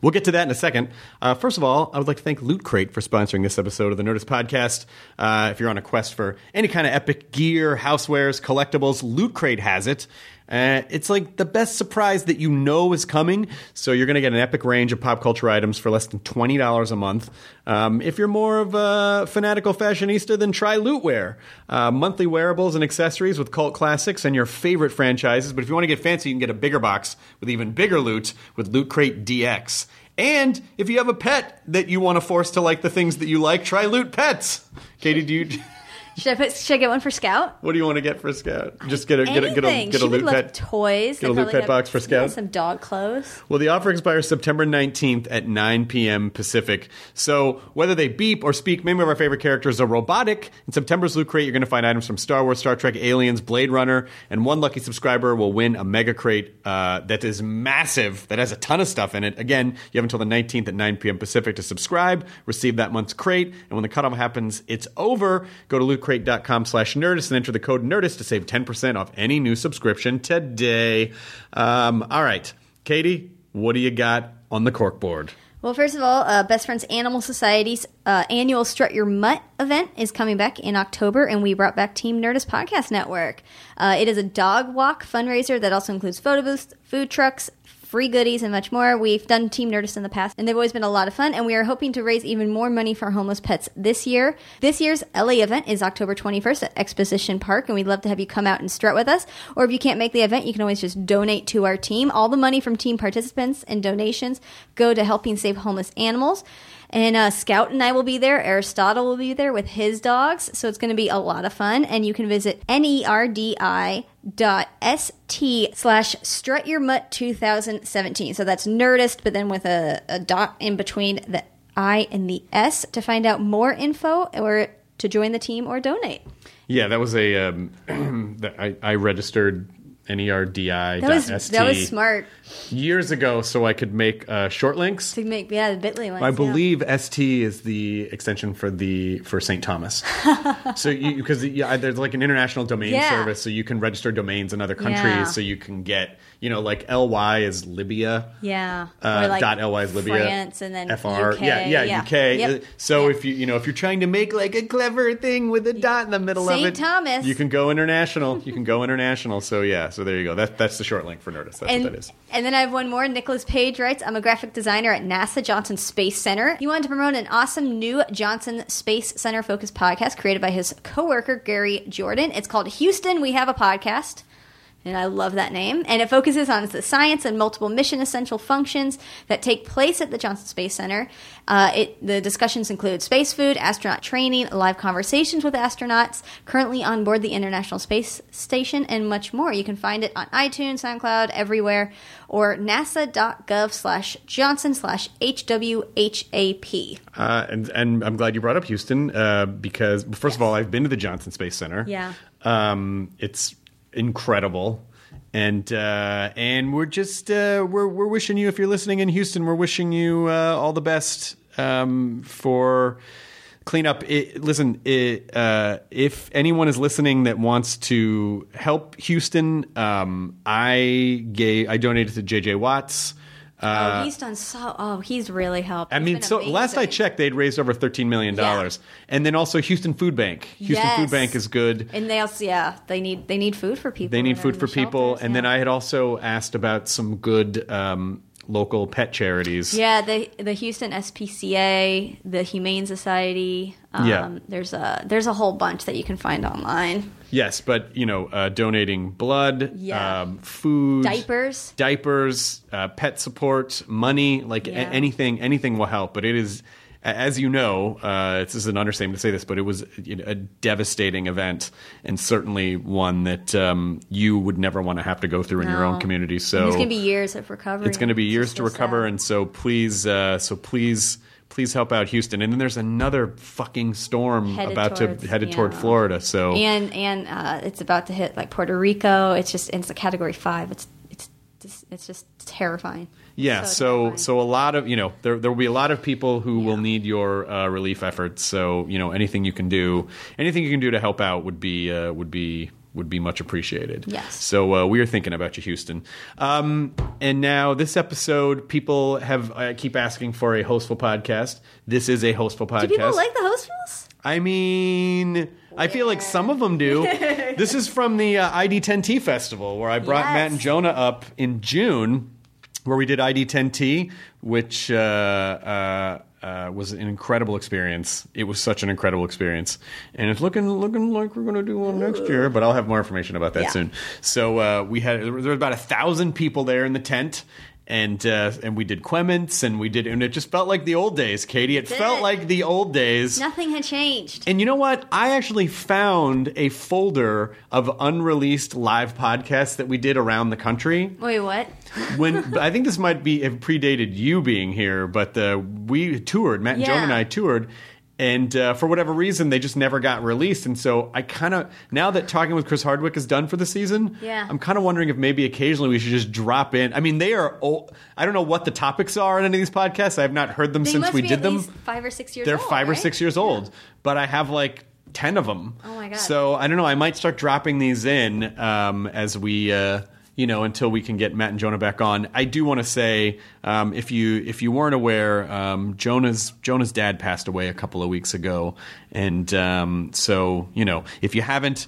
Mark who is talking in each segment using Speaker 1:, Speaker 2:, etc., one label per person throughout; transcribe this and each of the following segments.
Speaker 1: We'll get to that in a second. Uh, first of all, I would like to thank Loot Crate for sponsoring this episode of the Nerdist Podcast. Uh, if you're on a quest for any kind of epic gear, housewares, collectibles, Loot Crate has it. Uh, it's like the best surprise that you know is coming. So you're going to get an epic range of pop culture items for less than twenty dollars a month. Um, if you're more of a fanatical fashionista, then try Lootwear. Uh, monthly wearables and accessories with cult classics and your favorite franchises. But if you want to get fancy, you can get a bigger box with even bigger loot with Loot Crate DX. And if you have a pet that you want to force to like the things that you like, try Loot Pets. Katie, do you?
Speaker 2: Should I put? Should I get one for Scout?
Speaker 1: What do you want to get for Scout? Just get a get a get a,
Speaker 2: Anything.
Speaker 1: get a
Speaker 2: she would
Speaker 1: loot
Speaker 2: love
Speaker 1: pet.
Speaker 2: toys.
Speaker 1: Get a
Speaker 2: They
Speaker 1: loot
Speaker 2: probably
Speaker 1: pet
Speaker 2: got-
Speaker 1: box for
Speaker 2: she got
Speaker 1: Scout.
Speaker 2: Some dog clothes.
Speaker 1: Well, the offer expires September 19th at 9 p.m. Pacific. So, whether they beep or speak, many of our favorite characters are robotic. In September's Loot Crate, you're going to find items from Star Wars, Star Trek, Aliens, Blade Runner, and one lucky subscriber will win a mega crate uh, that is massive, that has a ton of stuff in it. Again, you have until the 19th at 9 p.m. Pacific to subscribe, receive that month's crate, and when the cutoff happens, it's over. Go to lootcrate.com slash Nerdist and enter the code Nerdist to save 10% off any new subscription today. Um, all right. Katie, what do you got on the corkboard?
Speaker 2: Well, first of all, uh, Best Friends Animal Society's uh, annual Strut Your Mutt event is coming back in October, and we brought back Team Nerdist Podcast Network. Uh, it is a dog walk fundraiser that also includes photo booths, food trucks, free goodies, and much more. We've done Team Nerdist in the past, and they've always been a lot of fun, and we are hoping to raise even more money for homeless pets this year. This year's LA event is October 21st at Exposition Park, and we'd love to have you come out and strut with us. Or if you can't make the event, you can always just donate to our team. All the money from team participants and donations go to helping save homeless animals. And uh, Scout and I will be there. Aristotle will be there with his dogs. So it's going to be a lot of fun. And you can visit E nerdi dot st slash strut your mutt 2017. So that's Nerdist, but then with a, a dot in between the I and the S to find out more info or to join the team or donate.
Speaker 1: Yeah, that was a. Um, that I, I registered E nerdi.
Speaker 2: That was that was smart
Speaker 1: years ago, so I could make uh, short links.
Speaker 2: to make. Yeah, the Bitly ones.
Speaker 1: I
Speaker 2: yeah.
Speaker 1: believe ST is the extension for the for St. Thomas. so you because yeah, there's like an international domain
Speaker 2: Yeah.
Speaker 1: service, so you can register domains in other countries,
Speaker 2: Yeah.
Speaker 1: so you can get you know like ly is Libya.
Speaker 2: Yeah.
Speaker 1: uh,
Speaker 2: Or like
Speaker 1: dot ly is Libya,
Speaker 2: France and then
Speaker 1: fr,
Speaker 2: UK,
Speaker 1: yeah, yeah,
Speaker 2: yeah.
Speaker 1: UK.
Speaker 2: Yep.
Speaker 1: Uh, So
Speaker 2: Yep.
Speaker 1: if you you know if you're trying to make like a clever thing with a dot in the middle of
Speaker 2: St.
Speaker 1: it,
Speaker 2: Thomas.
Speaker 1: you can go international. You can go international. So yeah, so there you go. That that's the short link for Nerdist. That's what that is.
Speaker 2: And then I have one more. Nicholas Page writes, I'm a graphic designer at NASA Johnson Space Center. He wanted to promote an awesome new Johnson Space Center focused podcast created by his coworker, Gary Jordan. It's called Houston, We Have a Podcast. And I love that name. And it focuses on the science and multiple mission essential functions that take place at the Johnson Space Center. Uh, it, the discussions include space food, astronaut training, live conversations with astronauts currently on board the International Space Station, and much more. You can find it on iTunes, SoundCloud, everywhere, or nasa.gov slash johnson slash HWHAP.
Speaker 1: Uh, and and I'm glad you brought up Houston uh, because first of all, I've been to the Johnson Space Center.
Speaker 2: Yeah.
Speaker 1: um, it's incredible. And uh, and we're just uh, we're we're wishing you if you're listening in Houston, we're wishing you uh, all the best um, for cleanup. It, listen, it, uh, if anyone is listening that wants to help Houston, um, I gave I donated to JJ Watts.
Speaker 2: oh, he's done so. Oh, he's really helped.
Speaker 1: I
Speaker 2: He's
Speaker 1: mean,
Speaker 2: been
Speaker 1: so last I
Speaker 2: amazing.
Speaker 1: checked, they'd raised over thirteen million dollars, and then also Houston Food Bank. Houston
Speaker 2: Yes.
Speaker 1: Food Bank is good.
Speaker 2: and they also yeah, they need they need food for people.
Speaker 1: They need
Speaker 2: that are
Speaker 1: food
Speaker 2: in
Speaker 1: for
Speaker 2: the
Speaker 1: people,
Speaker 2: shelters,
Speaker 1: and then
Speaker 2: yeah.
Speaker 1: I had also asked about some good um, local pet charities.
Speaker 2: Yeah, the the Houston SPCA, the Humane Society. Um,
Speaker 1: Yeah.
Speaker 2: there's a there's a whole bunch that you can find online.
Speaker 1: Yes, but you know, uh, donating blood,
Speaker 2: Yeah.
Speaker 1: um, food,
Speaker 2: Diapers.
Speaker 1: diapers, uh, pet support, money, like a-
Speaker 2: Yeah.
Speaker 1: anything, anything will help. But it is, a- as you know, uh, this is an understatement to say this, but it was you know, a devastating event, and certainly one that um, you would never want to have to go through in your own
Speaker 2: No.
Speaker 1: community. So
Speaker 2: And it's gonna be years of recovery.
Speaker 1: it's going to be years to
Speaker 2: so
Speaker 1: recover,
Speaker 2: sad.
Speaker 1: and so please, uh, so please, please help out Houston. And then there's another fucking storm
Speaker 2: Headed
Speaker 1: about
Speaker 2: towards-
Speaker 1: to headed toward
Speaker 2: yeah.
Speaker 1: Florida. So
Speaker 2: and and uh, it's about to hit like Puerto Rico. It's just it's a Category Five. It's it's just, it's just terrifying.
Speaker 1: Yeah, so so,
Speaker 2: terrifying.
Speaker 1: a lot of you know there there will be a lot of people who will need your uh, relief efforts. So you know anything you can do, anything you can do to help out would be uh, would be would be much appreciated.
Speaker 2: Yes.
Speaker 1: So uh, we are thinking about you, Houston. Um, and now this episode, people have uh, keep asking for a hostful podcast. This is a hostful podcast.
Speaker 2: do people like the hostels?
Speaker 1: I mean, I feel like some of them do. this is from the uh, ID10T festival where I brought
Speaker 2: Yes.
Speaker 1: Matt and Jonah up in June, where we did ID10T, which uh, uh, uh, was an incredible experience. It was such an incredible experience, and it's looking looking like we're going to do one next year. But I'll have more information about that
Speaker 2: Yeah.
Speaker 1: soon. So uh, we had there were about a thousand people there in the tent. And uh, and we did Quements and we did and it just felt like the old days, Katie. It
Speaker 2: did.
Speaker 1: felt like the old days.
Speaker 2: Nothing had changed.
Speaker 1: And you know what? I actually found a folder of unreleased live podcasts that we did around the country.
Speaker 2: Wait, what?
Speaker 1: When I think this might be have predated you being here, but uh, we toured. Matt and
Speaker 2: Yeah.
Speaker 1: Joan and I toured. And uh, for whatever reason, they just never got released. And so I kind of, now that talking with Chris Hardwick is done for the season,
Speaker 2: Yeah.
Speaker 1: I'm kind of wondering if maybe occasionally we should just drop in. I mean, they are, old, I don't know what the topics are on any of these podcasts. I have not heard them
Speaker 2: They
Speaker 1: since
Speaker 2: must
Speaker 1: we
Speaker 2: be
Speaker 1: did
Speaker 2: at
Speaker 1: them
Speaker 2: least five or six years.
Speaker 1: they're
Speaker 2: old,
Speaker 1: five or
Speaker 2: right?
Speaker 1: six years old, but I have like ten of them.
Speaker 2: Oh my God.
Speaker 1: So I don't know. I might start dropping these in um, as we. Uh, you know, until we can get Matt and Jonah back on, I do want to say um, if you if you weren't aware, um, Jonah's Jonah's dad passed away a couple of weeks ago, and um, so you know if you haven't,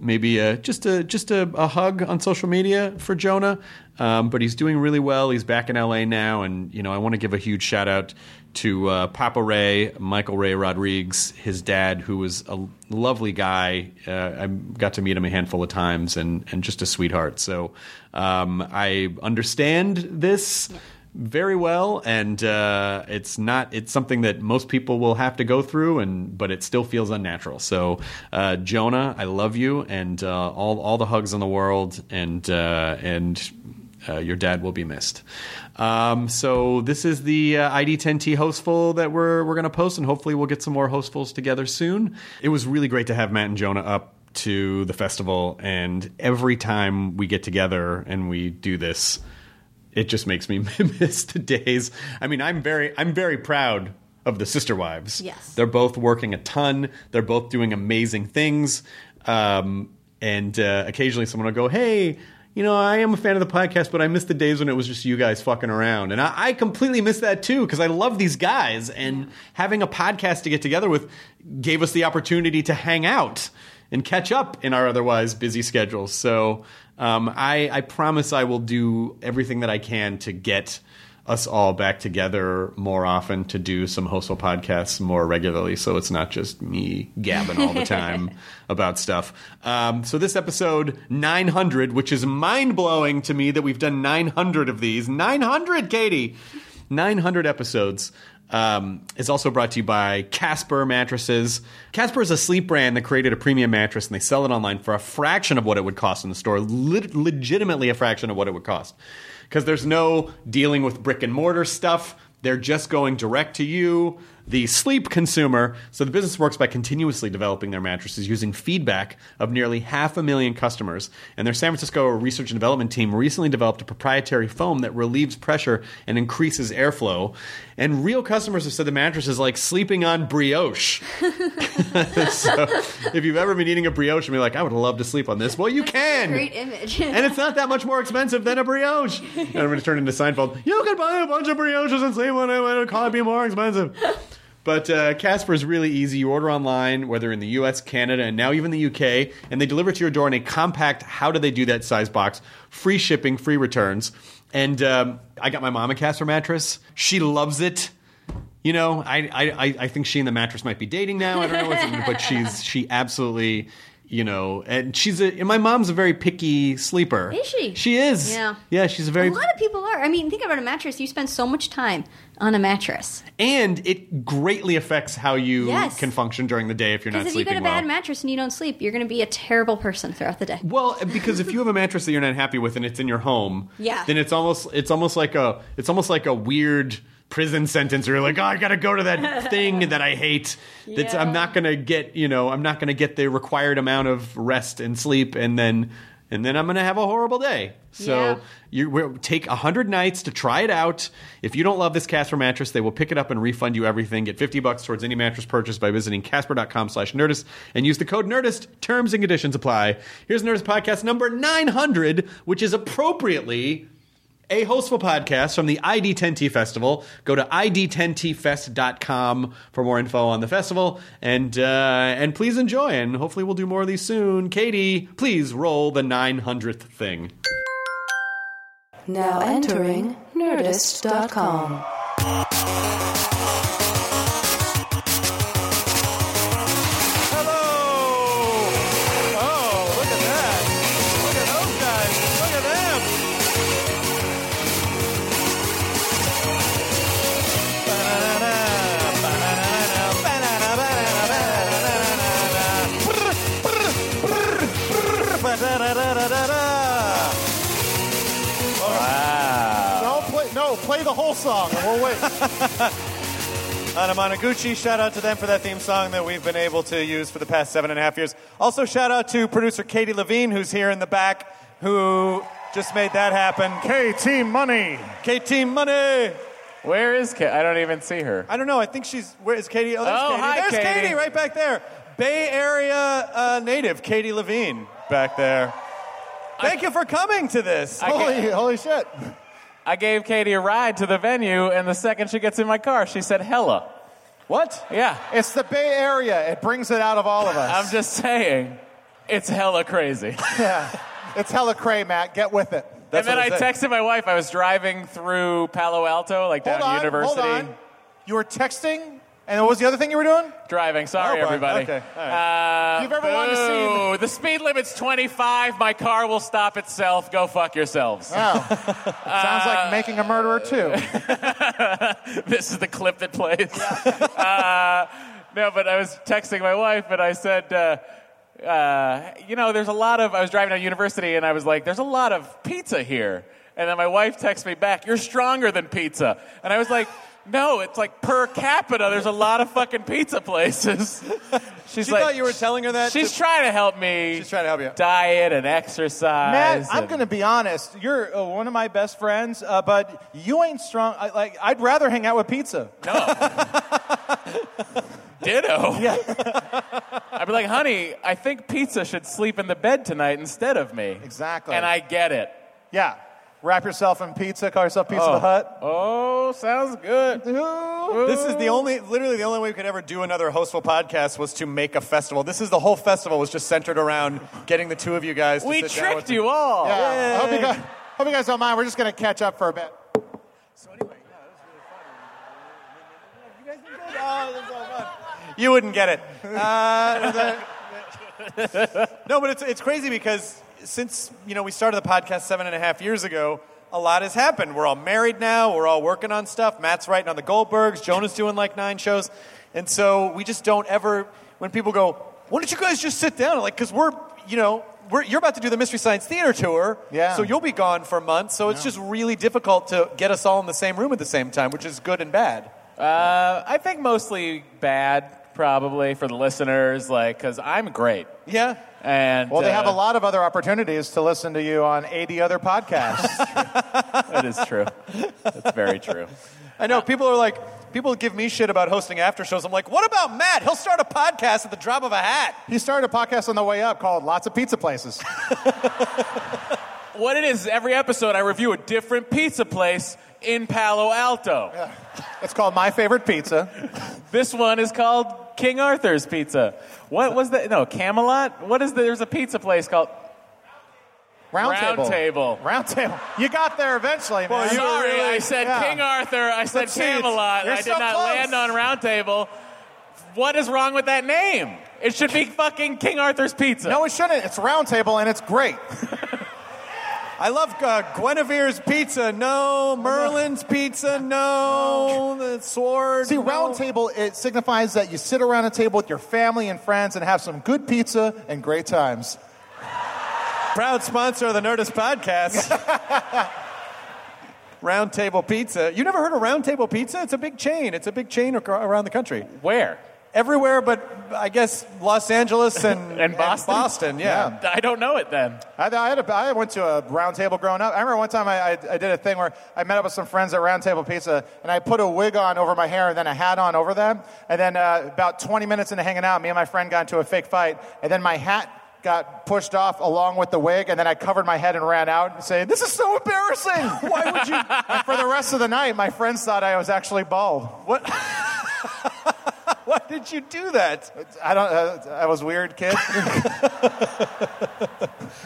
Speaker 1: maybe uh just a just a, a hug on social media for Jonah. Um, but he's doing really well. He's back in LA now, and you know I want to give a huge shout out to uh, Papa Ray, Michael Ray Rodriguez, his dad, who was a lovely guy. Uh, I got to meet him a handful of times, and and just a sweetheart. So um, I understand this. Very well, and uh, it's not. It's something that most people will have to go through, and but it still feels unnatural. So, uh, Jonah, I love you, and uh, all all the hugs in the world, and uh, and uh, your dad will be missed. Um, so this is the uh, ID10T hostful that we're we're gonna post, and hopefully we'll get some more hostfuls together soon. It was really great to have Matt and Jonah up to the festival, and every time we get together and we do this, it just makes me miss the days. I mean, I'm very I'm very proud of the sister wives.
Speaker 2: Yes.
Speaker 1: they're both working a ton. They're both doing amazing things. Um, and uh, occasionally someone will go, hey, you know, I am a fan of the podcast, but I miss the days when it was just you guys fucking around. And I, I completely miss that too, because I love these guys. And having a podcast to get together with gave us the opportunity to hang out and catch up in our otherwise busy schedules. So um, I, I promise I will do everything that I can to get us all back together more often to do some hostful podcasts more regularly so it's not just me gabbing all the time about stuff um, so this episode 900 which is mind-blowing to me that we've done 900 of these 900 katie 900 episodes um, is also brought to you by Casper Mattresses. Casper is a sleep brand that created a premium mattress and they sell it online for a fraction of what it would cost in the store, lit legitimately a fraction of what it would cost. Because there's no dealing with brick and mortar stuff, they're just going direct to you. the sleep consumer. So the business works by continuously developing their mattresses using feedback of nearly half a million customers. And their San Francisco research and development team recently developed a proprietary foam that relieves pressure and increases airflow. And real customers have said the mattress is like sleeping on brioche. so if you've ever been eating a brioche and be like, I would love to sleep on this, well, you can.
Speaker 2: Great image.
Speaker 1: And it's not that much more expensive than a brioche. And I'm going to turn into Seinfeld. You can buy a bunch of brioches and sleep on it when it could be more expensive. But uh, Casper is really easy. You order online, whether in the U.S., Canada, and now even the U.K., and they deliver it to your door in a compact. How do they do that size box? Free shipping, free returns. And um, I got my mom a Casper mattress. She loves it. You know, I, I I- I think she and the mattress might be dating now. I don't know, what's, but she's she absolutely, you know, and she's a. And my mom's a very picky sleeper.
Speaker 2: Is she?
Speaker 1: She is.
Speaker 2: Yeah.
Speaker 1: Yeah, she's a very
Speaker 2: a lot of people are. I mean, think about a mattress. You spend so much time on a mattress.
Speaker 1: and it greatly affects how you
Speaker 2: Yes.
Speaker 1: can function during the day if you're not
Speaker 2: Because if you
Speaker 1: sleeping
Speaker 2: get a
Speaker 1: well.
Speaker 2: bad mattress and you don't sleep, you're going to be a terrible person throughout the day.
Speaker 1: Well, because if you have a mattress that you're not happy with and it's in your home,
Speaker 2: Yeah.
Speaker 1: then it's almost it's almost like a it's almost like a weird prison sentence where you're like, oh, I gotta go to that thing that I hate. That's I'm not gonna get you know I'm not gonna get the required amount of rest and sleep, and then and then I'm gonna have a horrible day. So
Speaker 2: Yeah.
Speaker 1: you we're, take 100 nights to try it out. If you don't love this Casper mattress, they will pick it up and refund you everything. Get 50 bucks towards any mattress purchase by visiting casper.com slash Nerdist and use the code Nerdist. Terms and conditions apply. Here's Nerdist Podcast number 900, which is appropriately a hostful podcast from the ID10T Festival. Go to ID10TFest.com for more info on the festival. And, uh, and please enjoy, and hopefully we'll do more of these soon. Katie, please roll the 900th thing.
Speaker 3: Now entering Nerdist.com.
Speaker 1: Hello! Oh, look at that! Look at those guys! Look at them!
Speaker 4: No, play, no, play the whole song, and we'll wait. Anamanaguchi, shout out to them for that theme song that we've been able to use for the past seven and a half years. Also, shout out to producer Katie Levine, who's here in the back, who just made that happen. KT Money. KT Money.
Speaker 5: Where is Kate? I don't even see her.
Speaker 4: I don't know. I think she's. Where is Katie? Oh, there's
Speaker 5: Oh,
Speaker 4: Katie.
Speaker 5: hi,
Speaker 4: there's Katie.
Speaker 5: Katie.
Speaker 4: right back there. Bay Area uh, native, Katie Levine, back there. Thank you for coming to this.
Speaker 5: I Holy- get-
Speaker 4: holy shit.
Speaker 5: I gave Katie a ride to the venue, and the second she gets in my car, she said, "Hella."
Speaker 4: What?
Speaker 5: Yeah,
Speaker 4: It's the Bay Area. It brings it out of all of us.
Speaker 5: I'm just saying, it's hella crazy.
Speaker 4: It's hella cray, Matt. Get with it.
Speaker 5: and then I texted my wife. I was driving through Palo Alto, like
Speaker 4: hold
Speaker 5: down
Speaker 4: on,
Speaker 5: University.
Speaker 4: Hold on. You were texting, and what was the other thing you were doing?
Speaker 5: Driving. Sorry,
Speaker 4: Oh, boy.
Speaker 5: everybody.
Speaker 4: Okay. All right.
Speaker 5: Uh,
Speaker 4: If you've ever wanted to see-
Speaker 5: boo. The speed limit's 25. My car will stop itself. Go fuck yourselves.
Speaker 6: Oh,
Speaker 4: Sounds like making a murderer too.
Speaker 5: this is the clip that plays. uh, no, but I was texting my wife and I said, uh, uh, you know, there's a lot of, I was driving to university and I was like, there's a lot of pizza here. And then my wife texts me back, you're stronger than pizza. And I was like, no, it's like per capita, there's a lot of fucking pizza places. She's
Speaker 4: She thought you were telling her that
Speaker 5: She's
Speaker 4: to-
Speaker 5: trying to help me.
Speaker 4: She's trying to help you.
Speaker 5: Diet and exercise.
Speaker 6: Matt, I'm
Speaker 5: and-
Speaker 6: going to be honest. You're uh, one of my best friends, uh, but you ain't strong. I, like, I'd rather hang out with pizza.
Speaker 5: Ditto. I'd be like, honey, I think pizza should sleep in the bed tonight instead of me.
Speaker 6: Exactly.
Speaker 5: And I get it.
Speaker 6: Yeah. Wrap yourself in pizza, call yourself Pizza
Speaker 5: Oh.
Speaker 6: the Hut.
Speaker 5: Oh, sounds good.
Speaker 4: this is the only, literally the only way we could ever do another hostful podcast was to make a festival. This is the whole festival was just centered around getting the two of you guys. To
Speaker 5: We
Speaker 4: sit down with
Speaker 5: tricked you all.
Speaker 6: Yeah. I hope you, guys, hope you guys don't mind. We're just going to catch up for a bit.
Speaker 4: You wouldn't get it. Uh, the- no, but it's it's crazy because since you know we started the podcast seven and a half years ago, a lot has happened. We're all married now. We're all working on stuff. Matt's writing on the Goldbergs. Jonah's doing like nine shows, and so we just don't ever. When people go, why don't you guys just sit down? Like, because we're you know. We're, you're about to do the Mystery Science Theater tour,
Speaker 6: Yeah.
Speaker 4: so you'll be gone for months. So it's just really difficult to get us all in the same room at the same time, which is good and bad.
Speaker 5: Uh, I think mostly bad, probably for the listeners, like because I'm great.
Speaker 1: Yeah.
Speaker 5: And
Speaker 4: Well, they
Speaker 5: uh,
Speaker 4: have a lot of other opportunities to listen to you on 80 other podcasts.
Speaker 5: That is true. That's very true.
Speaker 1: I know people are like, people give me shit about hosting after shows. I'm like, what about Matt? He'll start a podcast at the drop of a hat.
Speaker 4: he started a podcast on the way up called Lots of Pizza Places.
Speaker 5: What it is, every episode I review a different pizza place in Palo Alto.
Speaker 4: It's called My Favorite Pizza.
Speaker 5: This one is called King Arthur's Pizza. What was that? No, Camelot. What is the, there's a pizza place called
Speaker 4: Round,
Speaker 5: Round
Speaker 4: table.
Speaker 5: Table.
Speaker 4: Round table. You got there eventually, man.
Speaker 1: you-
Speaker 5: Sorry,
Speaker 1: really-
Speaker 5: I said
Speaker 4: yeah.
Speaker 5: King Arthur. I said
Speaker 4: Let's see, it's-
Speaker 5: Camelot.
Speaker 4: you're
Speaker 5: I did
Speaker 4: so
Speaker 5: not
Speaker 4: close.
Speaker 5: land on Round Table. What is wrong with that name? It should be fucking King Arthur's Pizza.
Speaker 4: No, it shouldn't. It's Round Table and it's great.
Speaker 1: I love uh, Guinevere's pizza. No, Merlin's pizza. No, the sword.
Speaker 4: See,
Speaker 1: no.
Speaker 4: round table, it signifies that you sit around a table with your family and friends and have some good pizza and great times.
Speaker 1: Proud sponsor of the Nerdist podcast. Round Table Pizza. You never heard of Round Table Pizza? It's a big chain. It's a big chain ac- around the country.
Speaker 5: Where?
Speaker 1: Everywhere but, I guess, Los Angeles and,
Speaker 5: And Boston?
Speaker 1: Boston, yeah.
Speaker 5: I don't know it then.
Speaker 4: I, I, had a, I went to a round table growing up. I remember one time I, I, I did a thing where I met up with some friends at Round Table Pizza, and I put a wig on over my hair and then a hat on over them. And then uh, about 20 minutes into hanging out, me and my friend got into a fake fight, and then my hat got pushed off along with the wig, and then I covered my head and ran out and saying, "This is so embarrassing! Why would you?" and for the rest of the night, my friends thought I was actually bald.
Speaker 1: Why did you do that?
Speaker 4: I don't. Uh, I was a weird kid.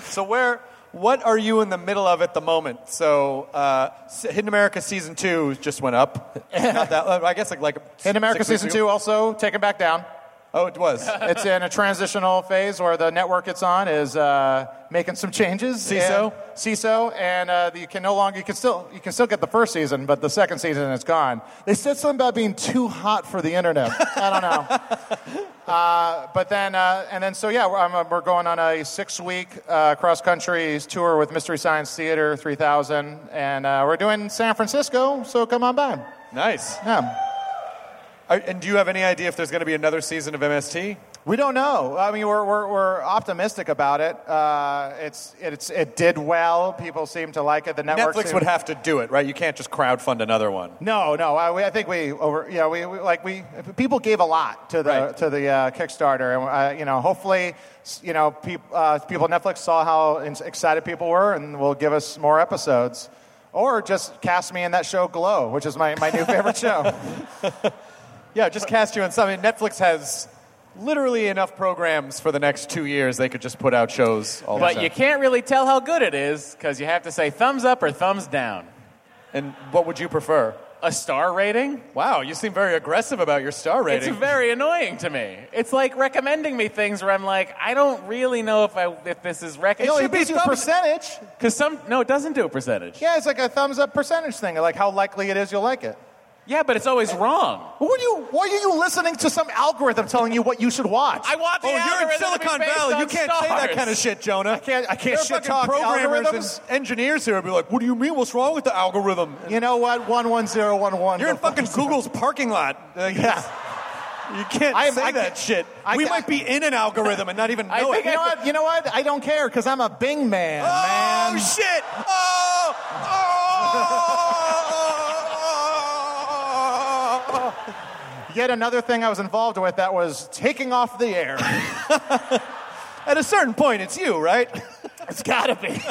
Speaker 1: So where? What are you in the middle of at the moment? So, uh, S- Hidden America season two just went up. Not that, I guess like, like
Speaker 4: In America,
Speaker 1: six weeks
Speaker 4: season
Speaker 1: ago.
Speaker 4: two also taken back down.
Speaker 1: Oh, it was.
Speaker 4: It's in a transitional phase where the network it's on is uh, making some changes.
Speaker 1: CISO?
Speaker 4: and- CISO, and uh, you can no longer you can still you can still get the first season, but the second season is gone. They said something about being too hot for the internet. I don't know. Uh, but then uh, and then so yeah, we're, I'm, uh, we're going on a six-week uh, cross-country tour with Mystery Science Theater 3000, and uh, we're doing San Francisco. So come on by.
Speaker 1: nice.
Speaker 4: Yeah.
Speaker 1: Are, and do you have any idea if there's going to be another season of MST?
Speaker 4: We don't know. I mean, we're, we're, we're optimistic about it. Uh, it's, it's, it did well. People seem to like it. The network
Speaker 1: Netflix
Speaker 4: seem-
Speaker 1: would have to do it, right? You can't just crowdfund another one.
Speaker 4: No, no. I, we, I think we over. Yeah, we, we like we people gave a lot to the
Speaker 1: Right.
Speaker 4: to the uh, Kickstarter, and uh, you know, hopefully, s- you know, peop, uh, people at Netflix saw how in- excited people were, and will give us more episodes, or just cast me in that show Glow, which is my, my new favorite show.
Speaker 1: Yeah, just cast you in something. Netflix has literally enough programs for the next two years. They could just put out shows all the
Speaker 5: But
Speaker 1: time.
Speaker 5: you can't really tell how good it is because you have to say thumbs up or thumbs down.
Speaker 1: and what would you prefer?
Speaker 5: A star rating?
Speaker 1: Wow, you seem very aggressive about your star
Speaker 5: It's
Speaker 1: rating.
Speaker 5: very annoying to me. It's like recommending me things where I'm like, I don't really know if I if this is rec.
Speaker 4: It only gives you a percentage.
Speaker 5: Because some no, it doesn't do a percentage.
Speaker 4: Yeah, it's like a thumbs up percentage thing, like how likely it is you'll like it.
Speaker 5: Yeah, but it's always wrong.
Speaker 4: What are you? Why are you listening to some algorithm telling you what you should watch?
Speaker 5: I want the
Speaker 1: oh, you're in
Speaker 5: algorithm to be
Speaker 1: Silicon
Speaker 5: based
Speaker 1: Valley.
Speaker 5: on
Speaker 1: You can't say that
Speaker 5: stars.
Speaker 1: kind of shit, Jonah. I
Speaker 4: can't- I can't
Speaker 1: There are fucking
Speaker 4: shit talk
Speaker 1: programmers
Speaker 4: algorithms.
Speaker 1: and engineers here would be like, "What do you mean? What's wrong with the algorithm?"
Speaker 4: you know what? One one zero one one.
Speaker 1: You're in fucking Google's parking lot. Like,
Speaker 4: Yeah.
Speaker 1: You can't
Speaker 4: I-
Speaker 1: say
Speaker 4: I
Speaker 1: that
Speaker 4: ca-
Speaker 1: shit.
Speaker 4: I
Speaker 1: we
Speaker 4: ca-
Speaker 1: might be in an algorithm and not even know
Speaker 5: I
Speaker 1: it.
Speaker 5: think
Speaker 4: You know what? You know what? I don't care because I'm a Bing man,
Speaker 1: Oh
Speaker 4: man.
Speaker 1: shit! Oh! Oh!
Speaker 4: Yet another thing I was involved with that was taking off the air.
Speaker 1: At a certain point, it's you, right?
Speaker 4: it's gotta be.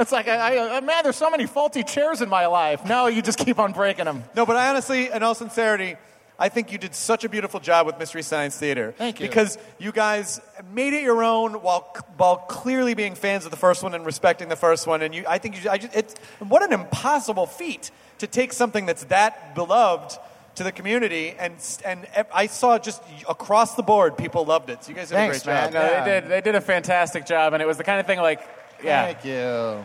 Speaker 4: it's like I, I, man, there's so many faulty chairs in my life. No, you just keep on breaking them.
Speaker 1: No, but I honestly, in all sincerity, I think you did such a beautiful job with Mystery Science Theater.
Speaker 4: Thank you.
Speaker 1: Because you guys made it your own while while clearly being fans of the first one and respecting the first one. And you, I think you, I just, it's what an impossible feat to take something that's that beloved to the community and s- and ev- I saw just across the board people loved it. So you guys did
Speaker 4: Thanks,
Speaker 1: a great
Speaker 4: man.
Speaker 1: job.
Speaker 5: No,
Speaker 4: Yeah.
Speaker 5: they did. They did a fantastic job, and it was the kind of thing like, yeah,
Speaker 4: Thank you.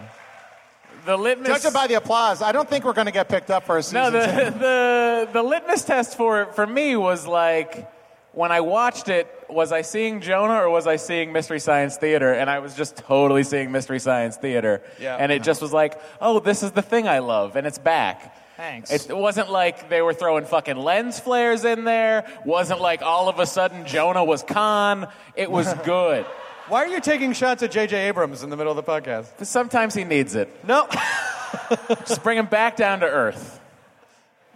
Speaker 5: the litmus.
Speaker 4: Judging by the applause, I don't think we're going to get picked up for a season.
Speaker 5: no, the,
Speaker 4: two.
Speaker 5: the the litmus test for for me was like when I watched it, was I seeing Jonah or was I seeing Mystery Science Theater? And I was just totally seeing Mystery Science Theater.
Speaker 1: Yeah.
Speaker 5: And it just was like, oh, this is the thing I love, and it's back.
Speaker 4: Thanks.
Speaker 5: It wasn't like they were throwing fucking lens flares in there. Wasn't like all of a sudden Jonah was Khan. It was good.
Speaker 1: Why are you taking shots at J.J. Abrams in the middle of the podcast?
Speaker 5: 'Cause sometimes he needs it.
Speaker 1: No.
Speaker 5: Just bring him back down to earth.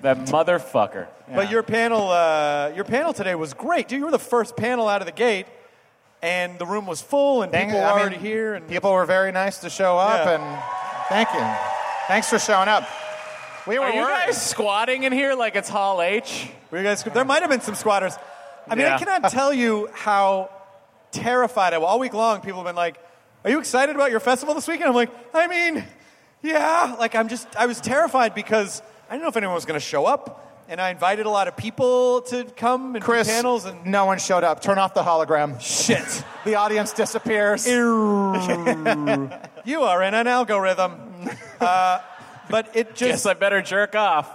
Speaker 5: That motherfucker.
Speaker 1: But your panel, uh, your panel today was great, dude. You were the first panel out of the gate, and the room was full, and
Speaker 4: Thank-
Speaker 1: people were
Speaker 4: I mean,
Speaker 1: already here. And
Speaker 4: people were very nice to show up,
Speaker 1: Yeah.
Speaker 4: and thank you. Thanks for showing up. We were
Speaker 5: Are you
Speaker 4: worried.
Speaker 5: guys squatting in here like it's Hall H?
Speaker 1: Were you guys? There might have been some squatters. I mean, I
Speaker 5: Yeah.
Speaker 1: cannot tell you how terrified I was all week long. People have been like, "Are you excited about your festival this weekend?" I'm like, "I mean, yeah." Like, I'm just, I was terrified because I didn't know if anyone was going to show up, and I invited a lot of people to come and do
Speaker 4: Chris,
Speaker 1: panels and
Speaker 4: no one showed up. Turn off the hologram.
Speaker 1: shit.
Speaker 4: The audience disappears.
Speaker 1: You are in an algorithm, uh, but it just
Speaker 5: Guess I better jerk off.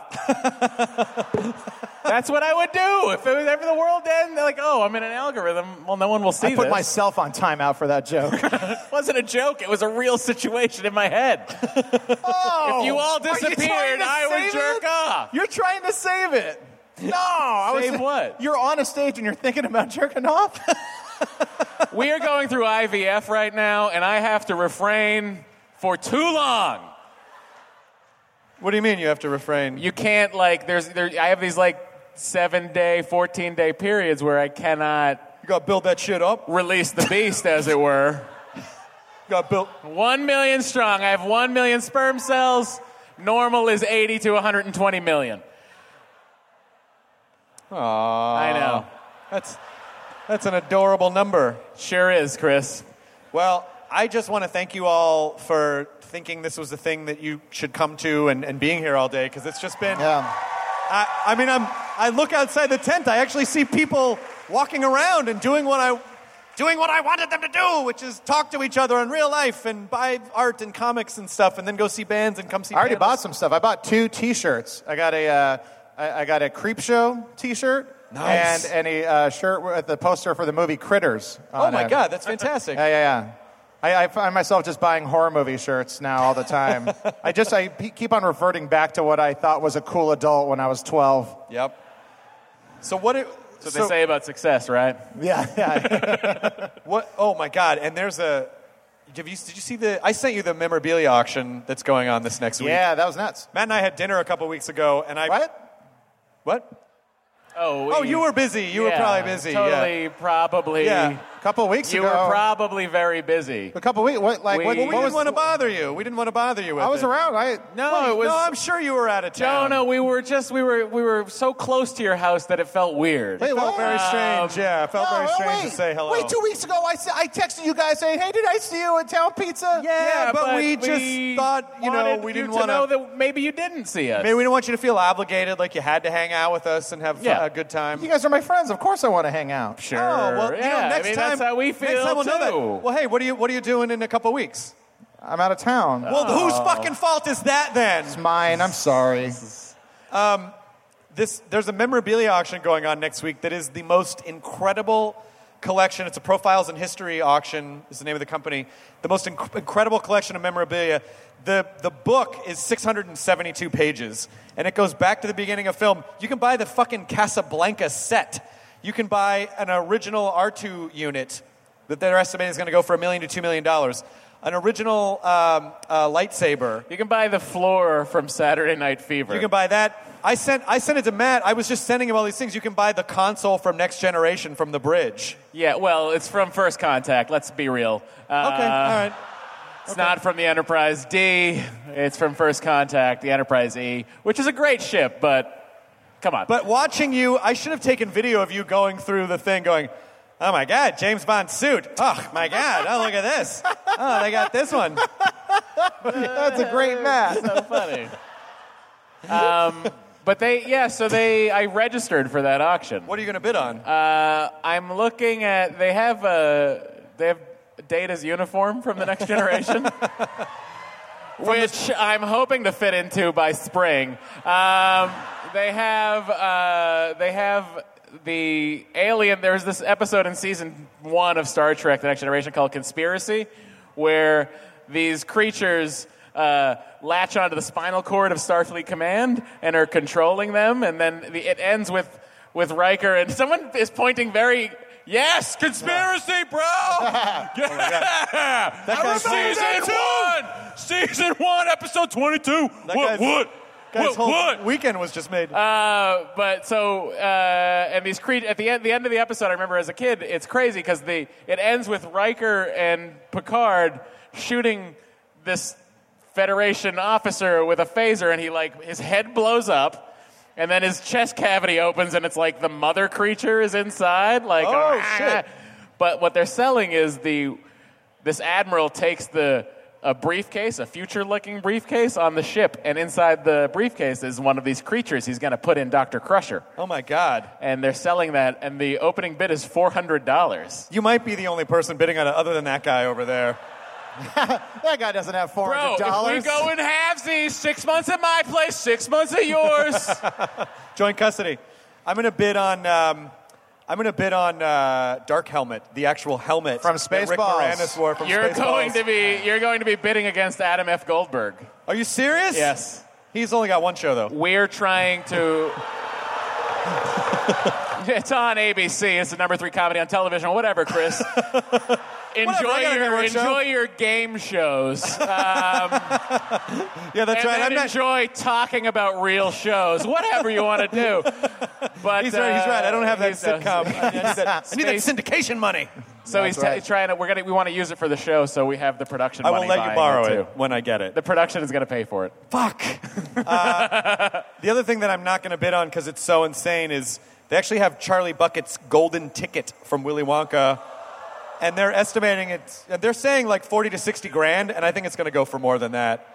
Speaker 5: That's what I would do if it was ever the world end. They're like, oh, I'm in an algorithm. Well, no one will see
Speaker 4: I put
Speaker 5: this.
Speaker 4: myself on timeout for that joke.
Speaker 5: It wasn't a joke. It was a real situation in my head. if you all
Speaker 1: Oh, Are you trying to
Speaker 5: disappeared, I
Speaker 1: save
Speaker 5: would jerk
Speaker 1: it?
Speaker 5: off.
Speaker 4: You're trying to save it. No, I was.
Speaker 5: Save what?
Speaker 4: You're on a stage and you're thinking about jerking off.
Speaker 5: We are going through IVF right now, and I have to refrain for too long.
Speaker 1: What do you mean you have to refrain?
Speaker 5: You can't like. There's. There, I have these like seven day, fourteen day periods where I cannot
Speaker 1: You got to build that shit up.
Speaker 5: release the beast, as it were.
Speaker 1: You got built.
Speaker 5: One million strong. I have one million sperm cells. Normal is 80 to 120 million. Aww. I know.
Speaker 1: That's that's an adorable number.
Speaker 5: Sure is, Chris.
Speaker 1: Well, I just want to thank you all for thinking this was the thing that you should come to and, and being here all day because it's just been.
Speaker 4: Yeah.
Speaker 1: I, I mean, I'm. I look outside the tent. I actually see people walking around and doing what I, doing what I wanted them to do, which is talk to each other in real life and buy art and comics and stuff, and then go see bands and come see.
Speaker 4: I already
Speaker 1: panels.
Speaker 4: bought some stuff. I bought two T-shirts. I got a, uh, I, I got a creep show T-shirt.
Speaker 1: Nice.
Speaker 4: And, and a uh, shirt with the poster for the movie Critters.
Speaker 1: Oh
Speaker 4: on
Speaker 1: my
Speaker 4: it.
Speaker 1: god, that's fantastic!
Speaker 4: Yeah, yeah, yeah. I, I find myself just buying horror movie shirts now all the time. I just I pe- keep on reverting back to what I thought was a cool adult when I was 12.
Speaker 1: Yep. So what? It,
Speaker 5: That's what they say about success, right?
Speaker 4: Yeah, yeah.
Speaker 1: What? Oh my God! And there's a. Did you, did you see the? I sent you the memorabilia auction that's going on this next week.
Speaker 4: yeah, that was nuts.
Speaker 1: Matt and I had dinner a couple weeks ago, and I.
Speaker 4: What?
Speaker 1: What?
Speaker 5: Oh, we-
Speaker 1: Oh, you were busy. You were
Speaker 5: Yeah,
Speaker 1: probably busy.
Speaker 5: Totally, probably.
Speaker 1: Yeah. Yeah.
Speaker 4: A couple weeks
Speaker 5: You
Speaker 4: ago.
Speaker 5: were probably very busy.
Speaker 4: a couple weeks. What? Like
Speaker 5: We-
Speaker 4: what?
Speaker 5: Well,
Speaker 1: We
Speaker 4: what
Speaker 1: didn't
Speaker 4: was,
Speaker 1: want to bother you. We didn't want to bother you. With
Speaker 4: I was
Speaker 1: it.
Speaker 4: around. I
Speaker 5: No,
Speaker 1: Wait,
Speaker 5: it was.
Speaker 1: No, I'm sure you were out of town.
Speaker 5: Jonah, we were just we were we were so close to your house that it felt weird. Um,
Speaker 4: Wait,
Speaker 1: Felt
Speaker 4: what?
Speaker 1: very strange. Yeah, felt
Speaker 4: No,
Speaker 1: very
Speaker 4: no,
Speaker 1: strange
Speaker 4: wait.
Speaker 1: to say hello.
Speaker 4: Wait, two weeks ago I, said, I texted you guys saying, "Hey, did I see you at Town Pizza?"
Speaker 1: Yeah, but, we just
Speaker 5: we
Speaker 1: thought you know
Speaker 5: wanted
Speaker 1: we didn't
Speaker 5: you
Speaker 1: want
Speaker 5: to know that maybe you didn't see us.
Speaker 1: Maybe we didn't want you to feel obligated, like you had to hang out with us and have
Speaker 5: Yeah.
Speaker 1: a good time.
Speaker 4: You guys are my friends. Of course, I want to hang out.
Speaker 5: sure.
Speaker 1: Oh, well,
Speaker 5: yeah,
Speaker 1: you know, next
Speaker 5: I mean,
Speaker 1: time
Speaker 5: that's how we feel
Speaker 1: next time we'll
Speaker 5: too.
Speaker 1: know that. Well, hey, what are you what are you doing in a couple weeks?
Speaker 4: I'm out of town.
Speaker 1: Well, whose fucking fault is that then?
Speaker 4: Oh.
Speaker 1: Um,
Speaker 4: it's mine. I'm sorry.
Speaker 1: This there's a memorabilia auction going on next week that is the most incredible collection. It's a profiles and history auction. Is the name of the company. The most inc- incredible collection of memorabilia. The the book is 672 pages, and it goes back to the beginning of film. You can buy the fucking Casablanca set. You can buy an original R2 unit that they're estimating is going to go for a million to two million dollars. An original um, uh, lightsaber.
Speaker 5: You can buy the floor from Saturday Night Fever.
Speaker 1: You can buy that. I sent I sent it to Matt. I was just sending him all these things. You can buy the console from Next Generation from the bridge.
Speaker 5: yeah, well, it's from First Contact. Let's be real. Uh,
Speaker 1: Okay, all right.
Speaker 5: It's not from the Enterprise D. It's from First Contact, the Enterprise E, which is a great ship, but come on.
Speaker 1: But watching you, I should have taken video of you going through the thing, going, "Oh my God, James Bond suit! Oh my God! Oh look at this! Oh, they got this one."
Speaker 4: That's a great match.
Speaker 5: so funny. um, but they, yeah, so they, I registered for that auction.
Speaker 1: What are you going to bid on?
Speaker 5: Uh, I'm looking at. They have uh, they have Data's uniform from the next generation, which I'm hoping to fit into by spring. Um, they have uh, they have the alien. There's this episode in season one of Star Trek: The Next Generation called "Conspiracy," where these creatures. uh, latch onto the spinal cord of Starfleet Command and are controlling them. And then the, it ends with with Riker and someone is pointing very. Yes, conspiracy, bro. yeah,
Speaker 1: guy's-
Speaker 5: season one, season one, episode twenty-two.
Speaker 1: That
Speaker 5: what?
Speaker 1: guy's-
Speaker 5: What?
Speaker 1: Guy's
Speaker 5: what?
Speaker 1: whole
Speaker 5: what?
Speaker 1: weekend was just made.
Speaker 5: Uh, but so uh, and these cre- at the end the end of the episode, I remember as a kid, it's crazy because the it ends with Riker and Picard shooting this Federation officer with a phaser, and he like his head blows up. And then his chest cavity opens, and it's like the mother creature is inside. Like, ah.
Speaker 1: Oh, shit.
Speaker 5: But what they're selling is the this admiral takes the a briefcase, a future-looking briefcase, on the ship, and inside the briefcase is one of these creatures he's going to put in Doctor Crusher,
Speaker 1: oh my God.
Speaker 5: and they're selling that, and the opening bid is four hundred dollars.
Speaker 1: You might be the only person bidding on it other than that guy over there.
Speaker 4: That guy doesn't have four
Speaker 5: Bro,
Speaker 4: hundred
Speaker 5: if we
Speaker 4: dollars.
Speaker 5: go in halvesies, six months at my place, six months at yours.
Speaker 1: Joint custody. I'm gonna bid on. Um, I'm gonna bid on uh, Dark Helmet, the actual helmet
Speaker 4: From
Speaker 1: that Rick
Speaker 4: Spaceballs.
Speaker 1: Moranis wore from
Speaker 5: you're
Speaker 1: Spaceballs.
Speaker 5: going to be you're going to be bidding against Adam F. Goldberg.
Speaker 1: Are you serious?
Speaker 5: Yes,
Speaker 1: He's only got one show though.
Speaker 5: we're trying to. it's on ABC. It's the number three comedy on television. Whatever, Chris.
Speaker 1: I
Speaker 5: enjoy
Speaker 1: got a
Speaker 5: your
Speaker 1: network show.
Speaker 5: enjoy your game shows, uh,
Speaker 1: Yeah, that's right.
Speaker 5: and then
Speaker 1: I'm not.
Speaker 5: enjoy talking about real shows. Whatever you want to do. But
Speaker 1: He's right. He's right. I don't have that
Speaker 5: he's, uh,
Speaker 1: sitcom. I need that, I need that
Speaker 5: Space-
Speaker 1: syndication money.
Speaker 5: so he's t- trying to. We're gonna. We want to use it for the show, so we have the production.
Speaker 1: I will
Speaker 5: money
Speaker 1: let
Speaker 5: buying
Speaker 1: you borrow
Speaker 5: it.
Speaker 1: it,
Speaker 5: too.
Speaker 1: when I get it.
Speaker 5: The production is gonna pay for it.
Speaker 1: Fuck. Uh, the other thing that I'm not going to bid on because it's so insane is they actually have Charlie Bucket's golden ticket from Willy Wonka, and they're estimating it. And they're saying like 40 to 60 grand, and I think it's going to go for more than that.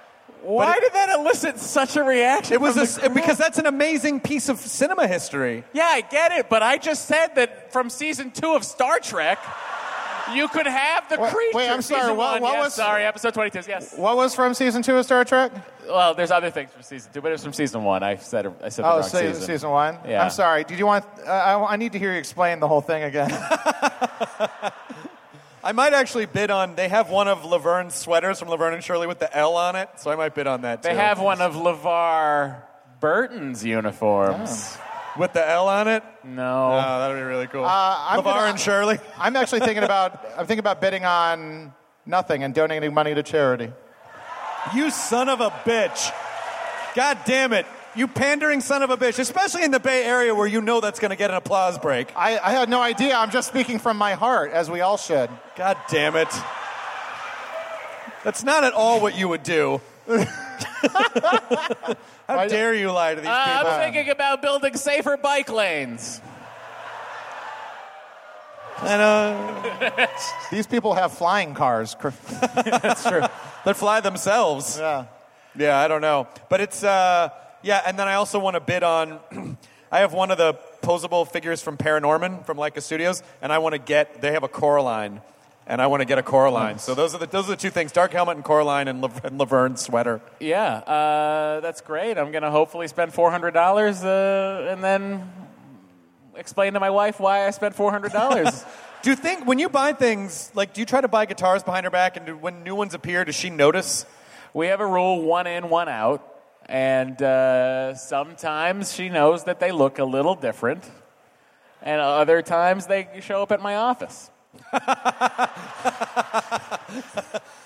Speaker 5: Why
Speaker 1: it-
Speaker 5: did that elicit such a reaction?
Speaker 1: It was
Speaker 5: from
Speaker 1: a
Speaker 5: the
Speaker 1: s because that's an amazing piece of cinema history.
Speaker 5: Yeah, I get it, but I just said that from season two of Star Trek, you could have the
Speaker 4: Wait-
Speaker 5: creature.
Speaker 4: wait, I'm sorry,
Speaker 5: Season one,
Speaker 4: what- what
Speaker 5: yes,
Speaker 4: was-
Speaker 5: sorry, episode twenty-two. Yes.
Speaker 4: What was from season two of Star Trek?
Speaker 5: Well, there's other things from season two, but it was from season one. I said I said the
Speaker 4: Oh,
Speaker 5: wrong
Speaker 4: se-
Speaker 5: season.
Speaker 4: season one.
Speaker 5: Yeah.
Speaker 4: I'm sorry. Did you want? Uh, I, I need to hear you explain the whole thing again. Uh,
Speaker 1: I might actually bid on. They have one of Laverne's sweaters from Laverne and Shirley with the L on it, so I might bid on that too.
Speaker 5: They have one of LeVar Burton's uniforms.
Speaker 1: Oh. with the L on it.
Speaker 5: No.
Speaker 1: Oh, that'd be really cool.
Speaker 4: Uh, I'm
Speaker 1: Lavar
Speaker 4: gonna-
Speaker 1: and Shirley.
Speaker 4: I'm actually thinking about. I'm thinking about bidding on nothing and donating money to charity.
Speaker 1: You son of a bitch. God damn it. You pandering son of a bitch, especially in the Bay Area where you know that's going to get an applause break.
Speaker 4: I, I had no idea. I'm just speaking from my heart, as we all should.
Speaker 1: God damn it. That's not at all what you would do. How dare you lie to these
Speaker 5: Uh,
Speaker 1: people?
Speaker 5: I'm thinking about building safer bike lanes.
Speaker 1: And, uh,
Speaker 4: These people have flying cars. Cr-
Speaker 1: they fly themselves.
Speaker 4: Yeah.
Speaker 1: Yeah, I don't know. But it's, uh, yeah, and then I also want to bid on, I have one of the posable figures from Paranorman from Leica Studios, and I want to get, they have a Coraline, and I want to get a Coraline. So those are the, those are the two things Dark Helmet and Coraline and, Lav- and Laverne sweater.
Speaker 5: Yeah, uh, that's great. I'm gonna hopefully spend four hundred dollars, uh, and then explain to my wife why I spent four hundred dollars.
Speaker 1: Do you think, when you buy things, like, do you try to buy guitars behind her back, and do, when new ones appear, does she notice?
Speaker 5: We have a rule one in, one out. And uh, sometimes she knows that they look a little different. And other times they show up at my office.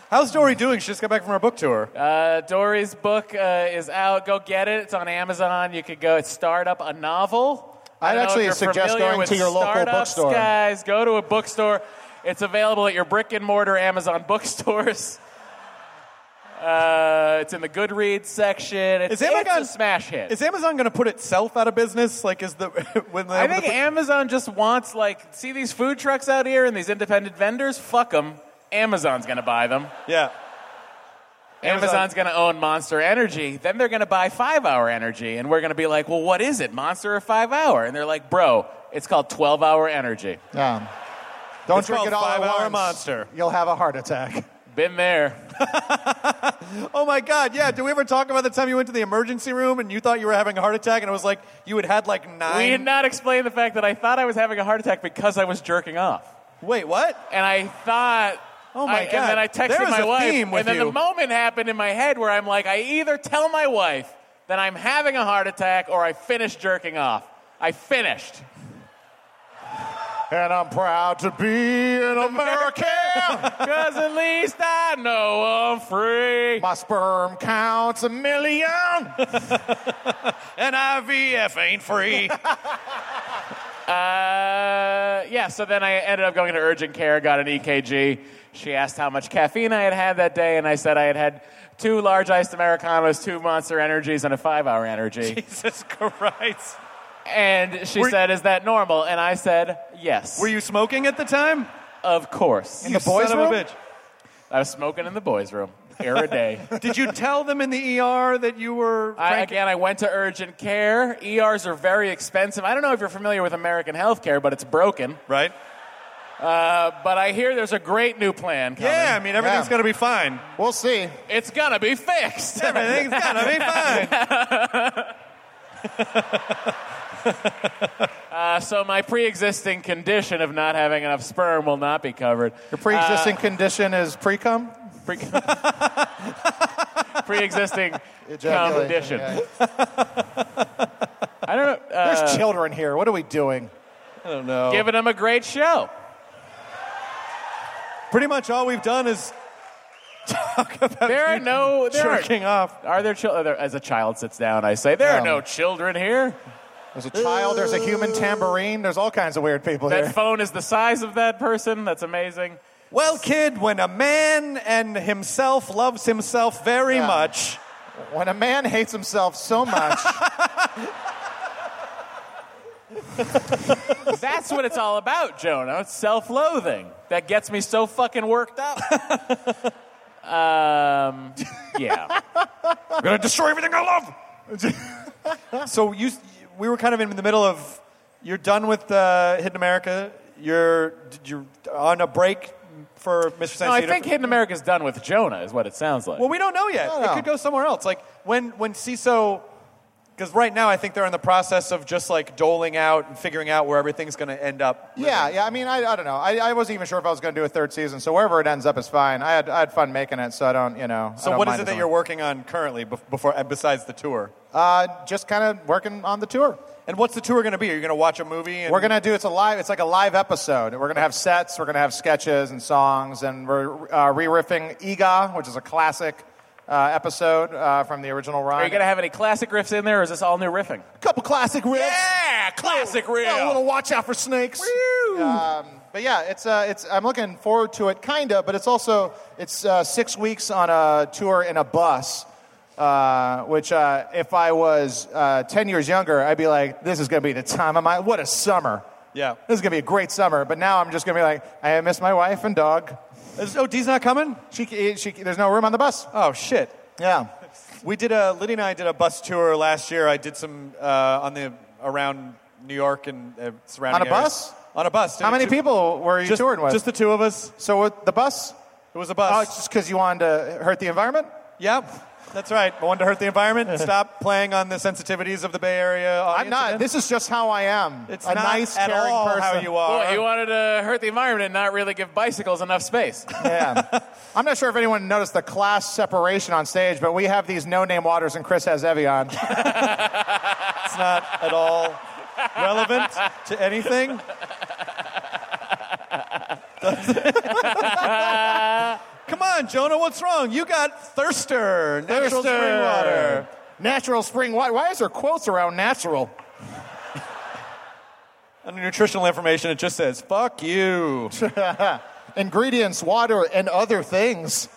Speaker 1: How's Dory doing? She just got back from her book tour.
Speaker 5: Uh, Dory's book uh, is out. Go get it. It's on Amazon. You could go start up a novel. I
Speaker 4: I'd
Speaker 5: don't know
Speaker 4: actually
Speaker 5: if you're
Speaker 4: suggest
Speaker 5: familiar
Speaker 4: going
Speaker 5: with
Speaker 4: to your local
Speaker 5: startups,
Speaker 4: bookstore.
Speaker 5: Guys, go to a bookstore. It's available at your brick and mortar Amazon bookstores. Uh, it's in the Goodreads section.
Speaker 1: Is
Speaker 5: It's,
Speaker 1: Amazon-
Speaker 5: it's a smash hit.
Speaker 1: Is Amazon going to put itself out of business? Like, is the, when they
Speaker 5: I
Speaker 1: open
Speaker 5: think
Speaker 1: the,
Speaker 5: Amazon just wants like see these food trucks out here and these independent vendors. Fuck them. Amazon's gonna buy them.
Speaker 1: yeah.
Speaker 5: Amazon's gonna own Monster Energy. Then they're gonna buy Five Hour Energy, and we're gonna be like, well, what is it, Monster or Five Hour? And they're like, bro, it's called Twelve Hour Energy.
Speaker 4: Yeah. Don't
Speaker 1: It's
Speaker 4: drink
Speaker 1: called
Speaker 4: it all at
Speaker 1: Five Hour
Speaker 4: once.
Speaker 1: Monster.
Speaker 4: You'll have a heart attack.
Speaker 5: Been there.
Speaker 1: Oh my God, yeah. Did we ever talk about the time you went to the emergency room and you thought you were having a heart attack and it was like you had had like nine?
Speaker 5: We did not explain the fact that I thought I was having a heart attack because I was jerking off,
Speaker 1: Wait, what?
Speaker 5: and I thought.
Speaker 1: Oh, my
Speaker 5: I-
Speaker 1: God.
Speaker 5: And then I
Speaker 1: There
Speaker 5: texted
Speaker 1: is
Speaker 5: my
Speaker 1: a
Speaker 5: wife,
Speaker 1: theme with
Speaker 5: and then
Speaker 1: you.
Speaker 5: the moment happened in my head where I'm like, I either tell my wife that I'm having a heart attack or I finish jerking off. I finished.
Speaker 4: And I'm proud to be an American.
Speaker 5: Because at least I know I'm free.
Speaker 4: My sperm counts a million.
Speaker 1: And IVF ain't free.
Speaker 5: Uh, yeah, so then I ended up going to urgent care, got an EKG. She asked how much caffeine I had had that day, and I said I had had two large iced Americanos, two monster energies, and a five hour energy.
Speaker 1: Jesus Christ.
Speaker 5: And she
Speaker 1: Were-
Speaker 5: said, Is that normal? And I said, Yes.
Speaker 1: Were you smoking at the time?
Speaker 5: Of course.
Speaker 1: you
Speaker 4: the boys'
Speaker 1: son of
Speaker 4: room?
Speaker 1: a bitch.
Speaker 5: I was smoking in the boys' room. Air a day.
Speaker 1: Did you tell them in the ER that you were
Speaker 5: I,
Speaker 1: cranking?
Speaker 5: again, I went to urgent care. ERs are very expensive. I don't know if you're familiar with American healthcare, but it's broken.
Speaker 1: right?
Speaker 5: Uh, but I hear there's a great new plan coming.
Speaker 1: Yeah, I mean everything's
Speaker 4: Yeah.
Speaker 1: gonna be fine.
Speaker 4: We'll see.
Speaker 5: It's gonna be fixed.
Speaker 1: Everything's gonna be fine.
Speaker 5: Uh, so my pre-existing condition of not having enough sperm will not be covered.
Speaker 4: Your pre-existing
Speaker 1: Uh,
Speaker 4: condition is pre-cum?
Speaker 5: Pre- Uh, pre-existing condition.
Speaker 4: Ejaculation, yeah.
Speaker 5: I don't know. Uh,
Speaker 4: There's children here. What are we doing?
Speaker 1: I don't know.
Speaker 5: giving them a great show.
Speaker 1: Pretty much all we've done is talk about
Speaker 5: There are
Speaker 1: you
Speaker 5: no there are-
Speaker 1: jerking off.
Speaker 5: Are there children? As a child sits down, I say, there are
Speaker 4: Um,
Speaker 5: no children here.
Speaker 4: There's a child. There's a human tambourine. There's all kinds of weird people
Speaker 5: That
Speaker 4: here.
Speaker 5: phone is the size of that person. That's amazing.
Speaker 1: Well, kid, when a man and himself loves himself very
Speaker 4: Yeah.
Speaker 1: much,
Speaker 4: When a man hates himself so much,
Speaker 5: That's what it's all about, Jonah. It's self-loathing. That gets me so fucking worked up. um, yeah.
Speaker 1: I'm gonna destroy everything I love. so you, we were kind of in the middle of. You're done with uh, Hidden America. You're you're on a break for Mr. Science
Speaker 5: No, I
Speaker 1: Theater.
Speaker 5: think Hidden America's done with Jonah, is what it sounds like.
Speaker 1: Well, we don't know yet.
Speaker 4: I don't know.
Speaker 1: It could go somewhere else. Like when when CISO, because right now I think they're in the process of just like doling out and figuring out where everything's going to end up.
Speaker 4: yeah, yeah. I mean, I, I don't know. I, I wasn't even sure if I was going to do a third season, so wherever it ends up is fine. I had, I had fun making it, so I don't, you know. I
Speaker 1: So
Speaker 4: don't
Speaker 1: what is
Speaker 4: mind
Speaker 1: it
Speaker 4: as
Speaker 1: that
Speaker 4: long-
Speaker 1: you're working on currently bef- before uh, besides the tour?
Speaker 4: Uh, just kind of working on the tour.
Speaker 1: And what's the tour going to be? Are you going to watch a movie? And
Speaker 4: We're gonna do it's a live. It's like a live episode. We're gonna have sets. We're gonna have sketches and songs, and we're uh, re-riffing "Ega," which is a classic uh, episode uh, from the original run.
Speaker 5: Are you going to have any classic riffs in there, or is this all new riffing?
Speaker 4: a couple classic riffs?
Speaker 5: Yeah, classic riff.
Speaker 4: Yeah, a little watch out for snakes. Um, but yeah, it's uh, it's. I'm looking forward to it, kinda. But it's also it's uh, six weeks on a tour in a bus. Uh, which, uh, if I was uh, 10 years younger, I'd be like, this is going to be the time of my, what a summer.
Speaker 1: Yeah.
Speaker 4: This is going to be a great summer. But now I'm just going to be like, I miss my wife and dog.
Speaker 1: Is, oh, Dee's not coming.
Speaker 4: She, she, there's no room on the bus.
Speaker 1: Oh shit.
Speaker 4: Yeah.
Speaker 1: We did a Liddy and I did a bus tour last year. I did some uh, on the around New York and uh, surrounding.
Speaker 4: On a
Speaker 1: areas.
Speaker 4: bus?
Speaker 1: On a bus.
Speaker 4: How many
Speaker 1: Two-
Speaker 4: people were you
Speaker 1: Just,
Speaker 4: touring with?
Speaker 1: just the two of us.
Speaker 4: so with the bus?
Speaker 1: It was a
Speaker 4: Oh,
Speaker 1: bus.
Speaker 4: it's just because you wanted to hurt the environment?
Speaker 1: Yep, that's right. I wanted to hurt the environment. Stop playing on the sensitivities of the Bay Area.
Speaker 4: I'm
Speaker 1: audience
Speaker 4: not.
Speaker 1: again.
Speaker 4: This is just how I am.
Speaker 1: it's
Speaker 4: a
Speaker 1: not
Speaker 4: nice,
Speaker 1: at
Speaker 4: caring
Speaker 1: all
Speaker 4: person.
Speaker 1: how you are.
Speaker 5: Boy, you wanted to hurt the environment and not really give bicycles enough space.
Speaker 4: Yeah. I'm not sure if anyone noticed the class separation on stage, but we have these no-name waters, and Chris has Evian.
Speaker 1: it's not at all relevant to anything. Come on, Jonah. What's wrong? You got thirster, natural spring water.
Speaker 4: Natural spring water. Why is there quotes around natural?
Speaker 1: Under nutritional information, it just says "fuck you."
Speaker 4: Ingredients, water, and other things.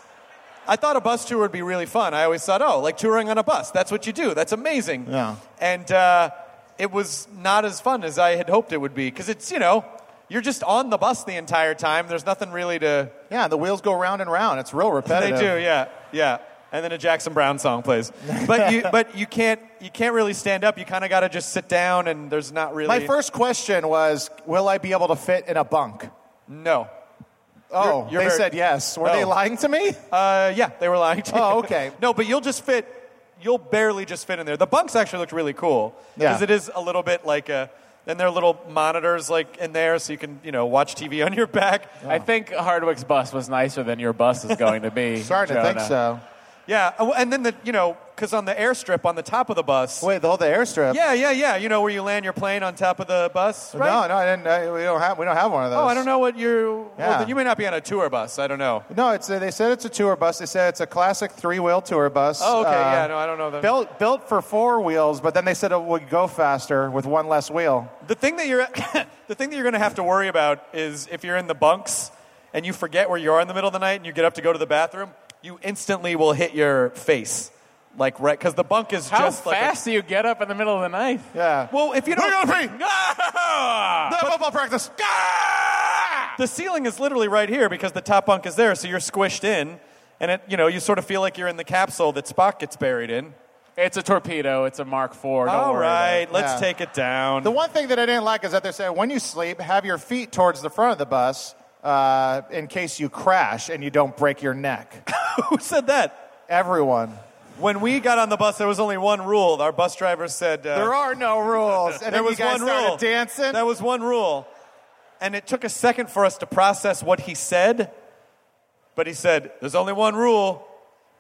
Speaker 1: I thought a bus tour would be really fun. I always thought, oh, like touring on a bus. That's what you do. That's amazing.
Speaker 4: Yeah.
Speaker 1: And uh, it was not as fun as I had hoped it would be because it's, you know, you're just on the bus the entire time. There's nothing really to.
Speaker 4: Yeah, the wheels go round and round. It's real
Speaker 1: They
Speaker 4: repetitive.
Speaker 1: do, yeah, yeah. And then a Jackson Brown song plays, but you but you can't you can't really stand up. You kind of got to just sit down, and there's not really
Speaker 4: My first question was, will I be able to fit in a bunk?
Speaker 1: no.
Speaker 4: Oh,
Speaker 1: you're
Speaker 4: they
Speaker 1: very-
Speaker 4: said yes. Were
Speaker 1: Oh.
Speaker 4: they lying to me?
Speaker 1: Uh, yeah, they were lying to you.
Speaker 4: Oh, okay.
Speaker 1: no, but you'll just fit. You'll barely just fit in there. The bunks actually looked really cool
Speaker 4: Yeah.
Speaker 1: because it is a little bit like a. and their little monitors like in there, so you can you know watch TV on your back.
Speaker 5: I think Hardwick's bus was nicer than your bus is going to be.
Speaker 4: Starting to think
Speaker 5: Jonah.
Speaker 4: so.
Speaker 1: Yeah, oh, and then the you know because on the airstrip on the top of the bus.
Speaker 4: Wait, the whole the airstrip.
Speaker 1: Yeah, yeah, yeah. You know where you land your plane on top of the bus, right?
Speaker 4: No, no, I didn't. I, we don't have. We don't have one of those.
Speaker 1: Oh, I don't know what you.
Speaker 4: Yeah.
Speaker 1: Well, then you may not be on a tour bus. I don't know.
Speaker 4: No, it's uh, they said it's a tour bus. They said it's a classic three-wheel tour bus. Uh,
Speaker 1: Oh, okay. Yeah, no, I don't know that.
Speaker 4: Built built for four wheels, but then they said it would go faster with one less wheel.
Speaker 1: The thing that you're, the thing that you're going to have to worry about is if you're in the bunks and you forget where you are in the middle of the night and you get up to go to the bathroom, you instantly will hit your face, like right because the bunk is
Speaker 5: How
Speaker 1: just
Speaker 5: fast do you get up in the middle of the night?
Speaker 4: Yeah.
Speaker 1: like. A, well, if you don't.
Speaker 4: We're gonna pee!
Speaker 1: Ah!
Speaker 4: No, football practice.
Speaker 1: The ceiling is literally right here because the top bunk is there, so you're squished in, and it, you know, you sort of feel like you're in the capsule that Spock gets buried in.
Speaker 5: It's a torpedo. It's a Mark IV. Don't
Speaker 1: All
Speaker 5: worry about
Speaker 1: right,
Speaker 5: it.
Speaker 1: let's
Speaker 4: Yeah.
Speaker 1: take it down.
Speaker 4: The one thing that I didn't like is that they're saying when you sleep, have your feet towards the front of the bus uh, in case you crash and you don't break your neck.
Speaker 1: Who said that?
Speaker 4: Everyone.
Speaker 1: When we got on the bus, there was only one rule. Our bus driver said uh,
Speaker 4: There are no rules. And
Speaker 1: there
Speaker 4: then
Speaker 1: was
Speaker 4: you guys
Speaker 1: one
Speaker 4: started
Speaker 1: rule.
Speaker 4: Dancing.
Speaker 1: That was one rule, and it took a second for us to process what he said. But he said, "There's only one rule: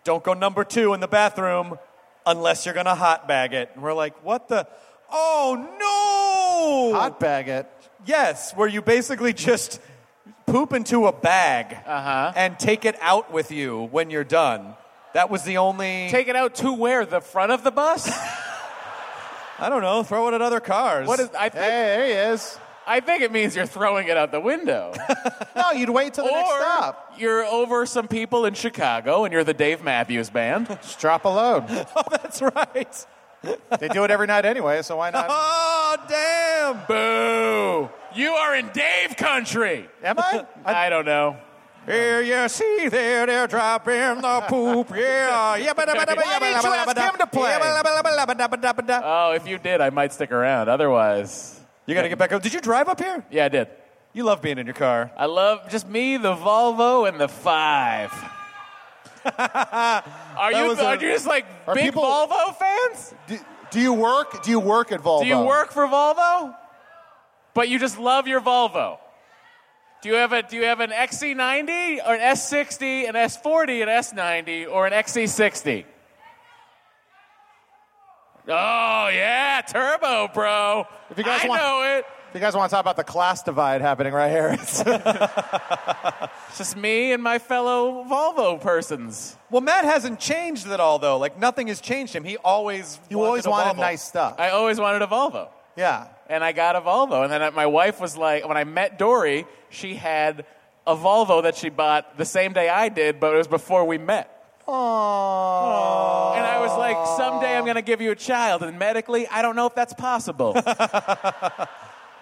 Speaker 1: don't go number two in the bathroom unless you're gonna hot bag it." And we're like, "What the? Oh no!
Speaker 4: hot bag it.
Speaker 1: Yes, where you basically just poop into a bag
Speaker 5: Uh-huh.
Speaker 1: and take it out with you when you're done." That was the only.
Speaker 5: Take it out to where? The front of the bus?
Speaker 1: I don't know. Throw it at other cars.
Speaker 5: what is? I think.
Speaker 4: Hey, there he is.
Speaker 5: I think it means you're throwing it out the window,
Speaker 4: No, you'd wait till the next
Speaker 5: or
Speaker 4: stop.
Speaker 5: you're over some people in Chicago and you're the Dave Matthews Band.
Speaker 4: Just drop a load.
Speaker 1: Oh, That's right.
Speaker 4: they do it every night anyway, so why not?
Speaker 1: Oh, damn.
Speaker 5: Boo! You are in Dave Country.
Speaker 4: Am I?
Speaker 5: I don't know.
Speaker 1: Here you see there, they're dropping the poop. Yeah. yeah but
Speaker 4: Why didn't you ask him to play?
Speaker 5: Oh, if you did, I might stick around. Otherwise,
Speaker 1: You got to get back up. Did you drive up here?
Speaker 5: yeah, I did.
Speaker 1: You love being in your car.
Speaker 5: I love just me, the Volvo, and the five. are you
Speaker 4: was a-
Speaker 5: are you just like
Speaker 4: Are
Speaker 5: big
Speaker 4: people-
Speaker 5: Volvo fans?
Speaker 4: Do, do you work? Do you work at Volvo?
Speaker 5: Do you work for Volvo? But you just love your Volvo. Do you have a do you have an XC90 or an S60, an S40, an S90, or an XC60? Oh yeah, turbo, bro.
Speaker 4: If you guys
Speaker 5: I
Speaker 4: want-
Speaker 5: know it.
Speaker 4: If you guys want to talk about the class divide happening right here,
Speaker 5: It's just me and my fellow Volvo persons.
Speaker 1: Well, Matt hasn't changed at all, though. Like, nothing has changed him. He always
Speaker 4: you always
Speaker 1: a
Speaker 4: wanted
Speaker 1: Volvo.
Speaker 4: nice stuff.
Speaker 5: I always wanted a Volvo.
Speaker 4: yeah.
Speaker 5: and I got a Volvo. And then uh, my wife was like, when I met Dory, she had a Volvo that she bought the same day I did, but it was before we met.
Speaker 4: Aww.
Speaker 5: And I was like, someday I'm going to give you a child. And medically, I don't know if that's possible.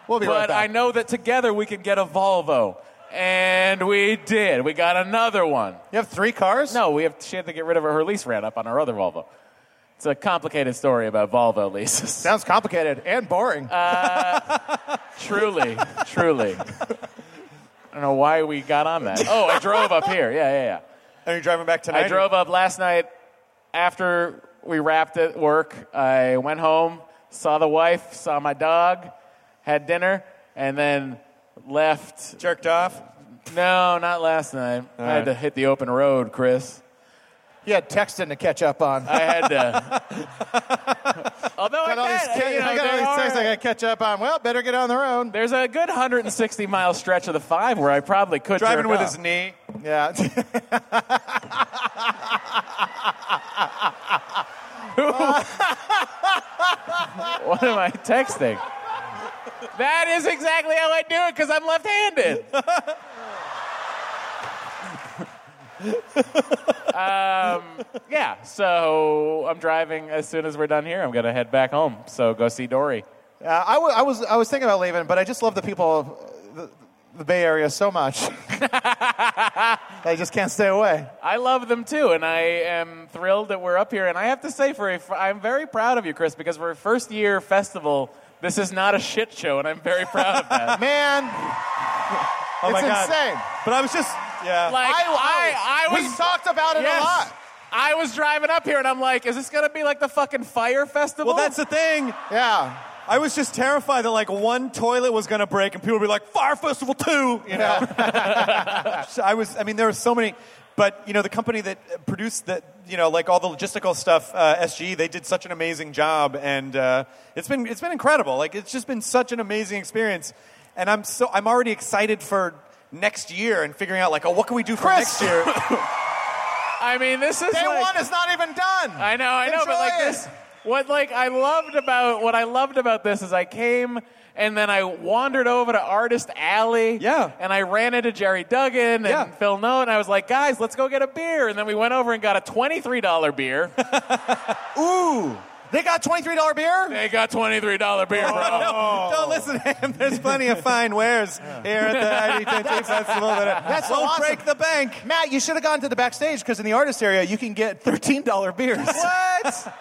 Speaker 4: We'll be right
Speaker 5: but
Speaker 4: back.
Speaker 5: I know that together we can get a Volvo. And we did. We got another one.
Speaker 4: You have three cars?
Speaker 5: No, we have, she had to get rid of her, her lease ran up on her other Volvo. It's a complicated story about Volvo leases. Uh,
Speaker 4: Sounds complicated and boring.
Speaker 5: Truly, truly. I don't know why we got on that. Oh, I drove up here. Yeah, yeah, yeah.
Speaker 1: Are you driving back tonight?
Speaker 5: I drove up last night after we wrapped at work. I went home, saw the wife, saw my dog, had dinner, and then left.
Speaker 1: Jerked off.
Speaker 5: No, not last night. I had to hit the open road, Chris.
Speaker 4: you had texting to catch up on.
Speaker 5: I had to. Although I,
Speaker 4: got all these
Speaker 5: bet,
Speaker 4: te-
Speaker 5: you know,
Speaker 4: I got all
Speaker 5: there
Speaker 4: these texts
Speaker 5: are-
Speaker 4: I got to catch up on. Well, better get on the road.
Speaker 5: there's a good 160 mile stretch of the five where I probably could
Speaker 1: Driving
Speaker 5: jerk
Speaker 1: with
Speaker 5: off.
Speaker 1: his knee.
Speaker 4: Yeah.
Speaker 5: What am I texting? That is exactly how I do it because I'm left handed. um, Um, yeah, so I'm driving as soon as we're done here. I'm going to head back home. So go see Dory.
Speaker 4: Uh, I, w- I was I was thinking about leaving, but I just love the people of the, the Bay Area so much. I just can't stay away.
Speaker 5: I love them too, and I am thrilled that we're up here. And I have to say, for a, I'm very proud of you, Chris, because for a first year festival, this is not a shit show, and I'm very proud of that.
Speaker 4: Man,
Speaker 1: Oh, my
Speaker 4: it's
Speaker 1: God.
Speaker 4: insane.
Speaker 1: But I was just, yeah.
Speaker 5: Like, I, I, was
Speaker 4: we talked about it
Speaker 5: Yes.
Speaker 4: a lot.
Speaker 5: I was driving up here and I'm like, is this going to be like the fucking fire festival?
Speaker 1: well, that's the thing.
Speaker 4: Yeah.
Speaker 1: I was just terrified that like one toilet was going to break and people would be like, Fire Festival 2, you know? So I was, I mean, there were so many, but you know, the company that produced the, you know, like all the logistical stuff, uh, SG, they did such an amazing job and uh, it's been, it's been incredible. Like it's just been such an amazing experience. And I'm so, I'm already excited for next year and figuring out like, oh, what can we do for next year?
Speaker 5: I mean, this is
Speaker 4: Day
Speaker 5: like,
Speaker 4: one is not even done.
Speaker 5: I know, I know, but
Speaker 4: Enjoy
Speaker 5: like
Speaker 4: it.
Speaker 5: this, what like I loved about what I loved about this is I came and then I wandered over to Artist Alley.
Speaker 1: Yeah.
Speaker 5: And I ran into Jerry Duggan and
Speaker 1: Yeah.
Speaker 5: Phil Note, and I was like, guys, let's go get a beer. And then we went over and got a twenty-three dollar beer.
Speaker 4: Ooh, they got twenty-three dollar beer. Oh,
Speaker 5: they got twenty-three dollar beer, bro.
Speaker 1: No, don't listen to him. There's plenty of fine wares here at the ID10 Festival that
Speaker 4: That's so
Speaker 1: won't
Speaker 4: awesome.
Speaker 1: break the bank.
Speaker 4: Matt, you should have gone to the backstage because in the artist area you can get thirteen dollar beers.
Speaker 1: What?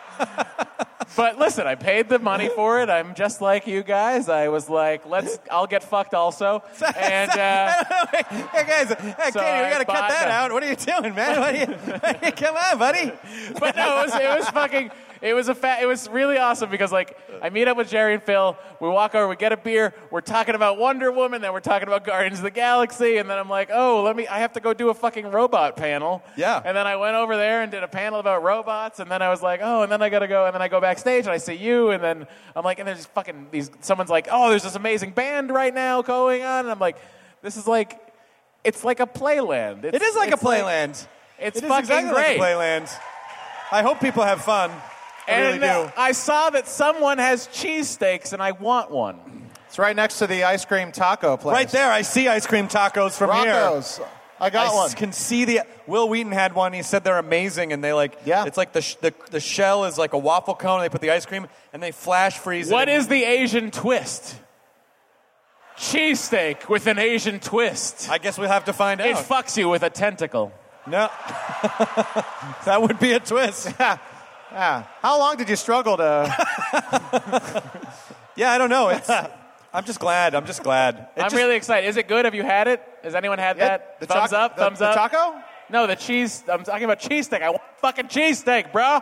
Speaker 5: But listen, I paid the money for it. I'm just like you guys. I was like, let's. I'll get fucked also. And uh,
Speaker 1: hey guys, hey, Katie,
Speaker 5: So
Speaker 1: we
Speaker 5: I
Speaker 1: gotta cut
Speaker 5: bought
Speaker 1: that
Speaker 5: them.
Speaker 1: out. What are you doing, man? What are you, what are you- come on, buddy.
Speaker 5: but no, it was, it was fucking. It was a fa- It was really awesome because like I meet up with Jerry and Phil. We walk over. We get a beer. We're talking about Wonder Woman. Then we're talking about Guardians of the Galaxy. And then I'm like, oh, let me. I have to go do a fucking robot panel.
Speaker 1: Yeah.
Speaker 5: And then I went over there and did a panel about robots. And then I was like, oh. And then I gotta go. And then I go backstage and I see you. And then I'm like, and there's fucking these. Someone's like, oh, there's this amazing band right now going on. And I'm like, this is like. It's like a playland. It's,
Speaker 1: It is like
Speaker 5: it's
Speaker 1: a playland.
Speaker 5: it's
Speaker 1: It is
Speaker 5: fucking
Speaker 1: exactly like
Speaker 5: great.
Speaker 1: a playland. I hope people have fun. I
Speaker 5: And
Speaker 1: really
Speaker 5: uh,
Speaker 1: do.
Speaker 5: I saw that someone has cheesesteaks and I want one.
Speaker 4: It's right next to the ice cream taco place.
Speaker 1: Right there, I see ice cream tacos from here.
Speaker 4: Rocco's. I
Speaker 1: I
Speaker 4: got
Speaker 1: s-
Speaker 4: one.
Speaker 1: can see the Will Wheaton had one. He said they're amazing, and they like
Speaker 4: Yeah.
Speaker 1: It's like the, sh- the the shell is like a waffle cone. They put the ice cream and they flash freeze.
Speaker 5: What
Speaker 1: it
Speaker 5: is the Asian twist? Cheesesteak with an Asian twist.
Speaker 1: I guess we'll have to find
Speaker 5: It
Speaker 1: out.
Speaker 5: fucks you with a tentacle.
Speaker 1: no, that would be a twist.
Speaker 4: Yeah. How long did you struggle to?
Speaker 1: Yeah, I don't know. It's, I'm just glad. I'm just glad. It
Speaker 5: I'm
Speaker 1: just-
Speaker 5: really excited. Is it good? Have you had it? Has anyone had that?
Speaker 4: the
Speaker 5: thumbs
Speaker 4: taco-
Speaker 5: up,
Speaker 4: the-
Speaker 5: thumbs
Speaker 4: the
Speaker 5: up.
Speaker 4: taco?
Speaker 5: No, the cheese. I'm talking about cheesesteak. I want fucking cheesesteak, bro.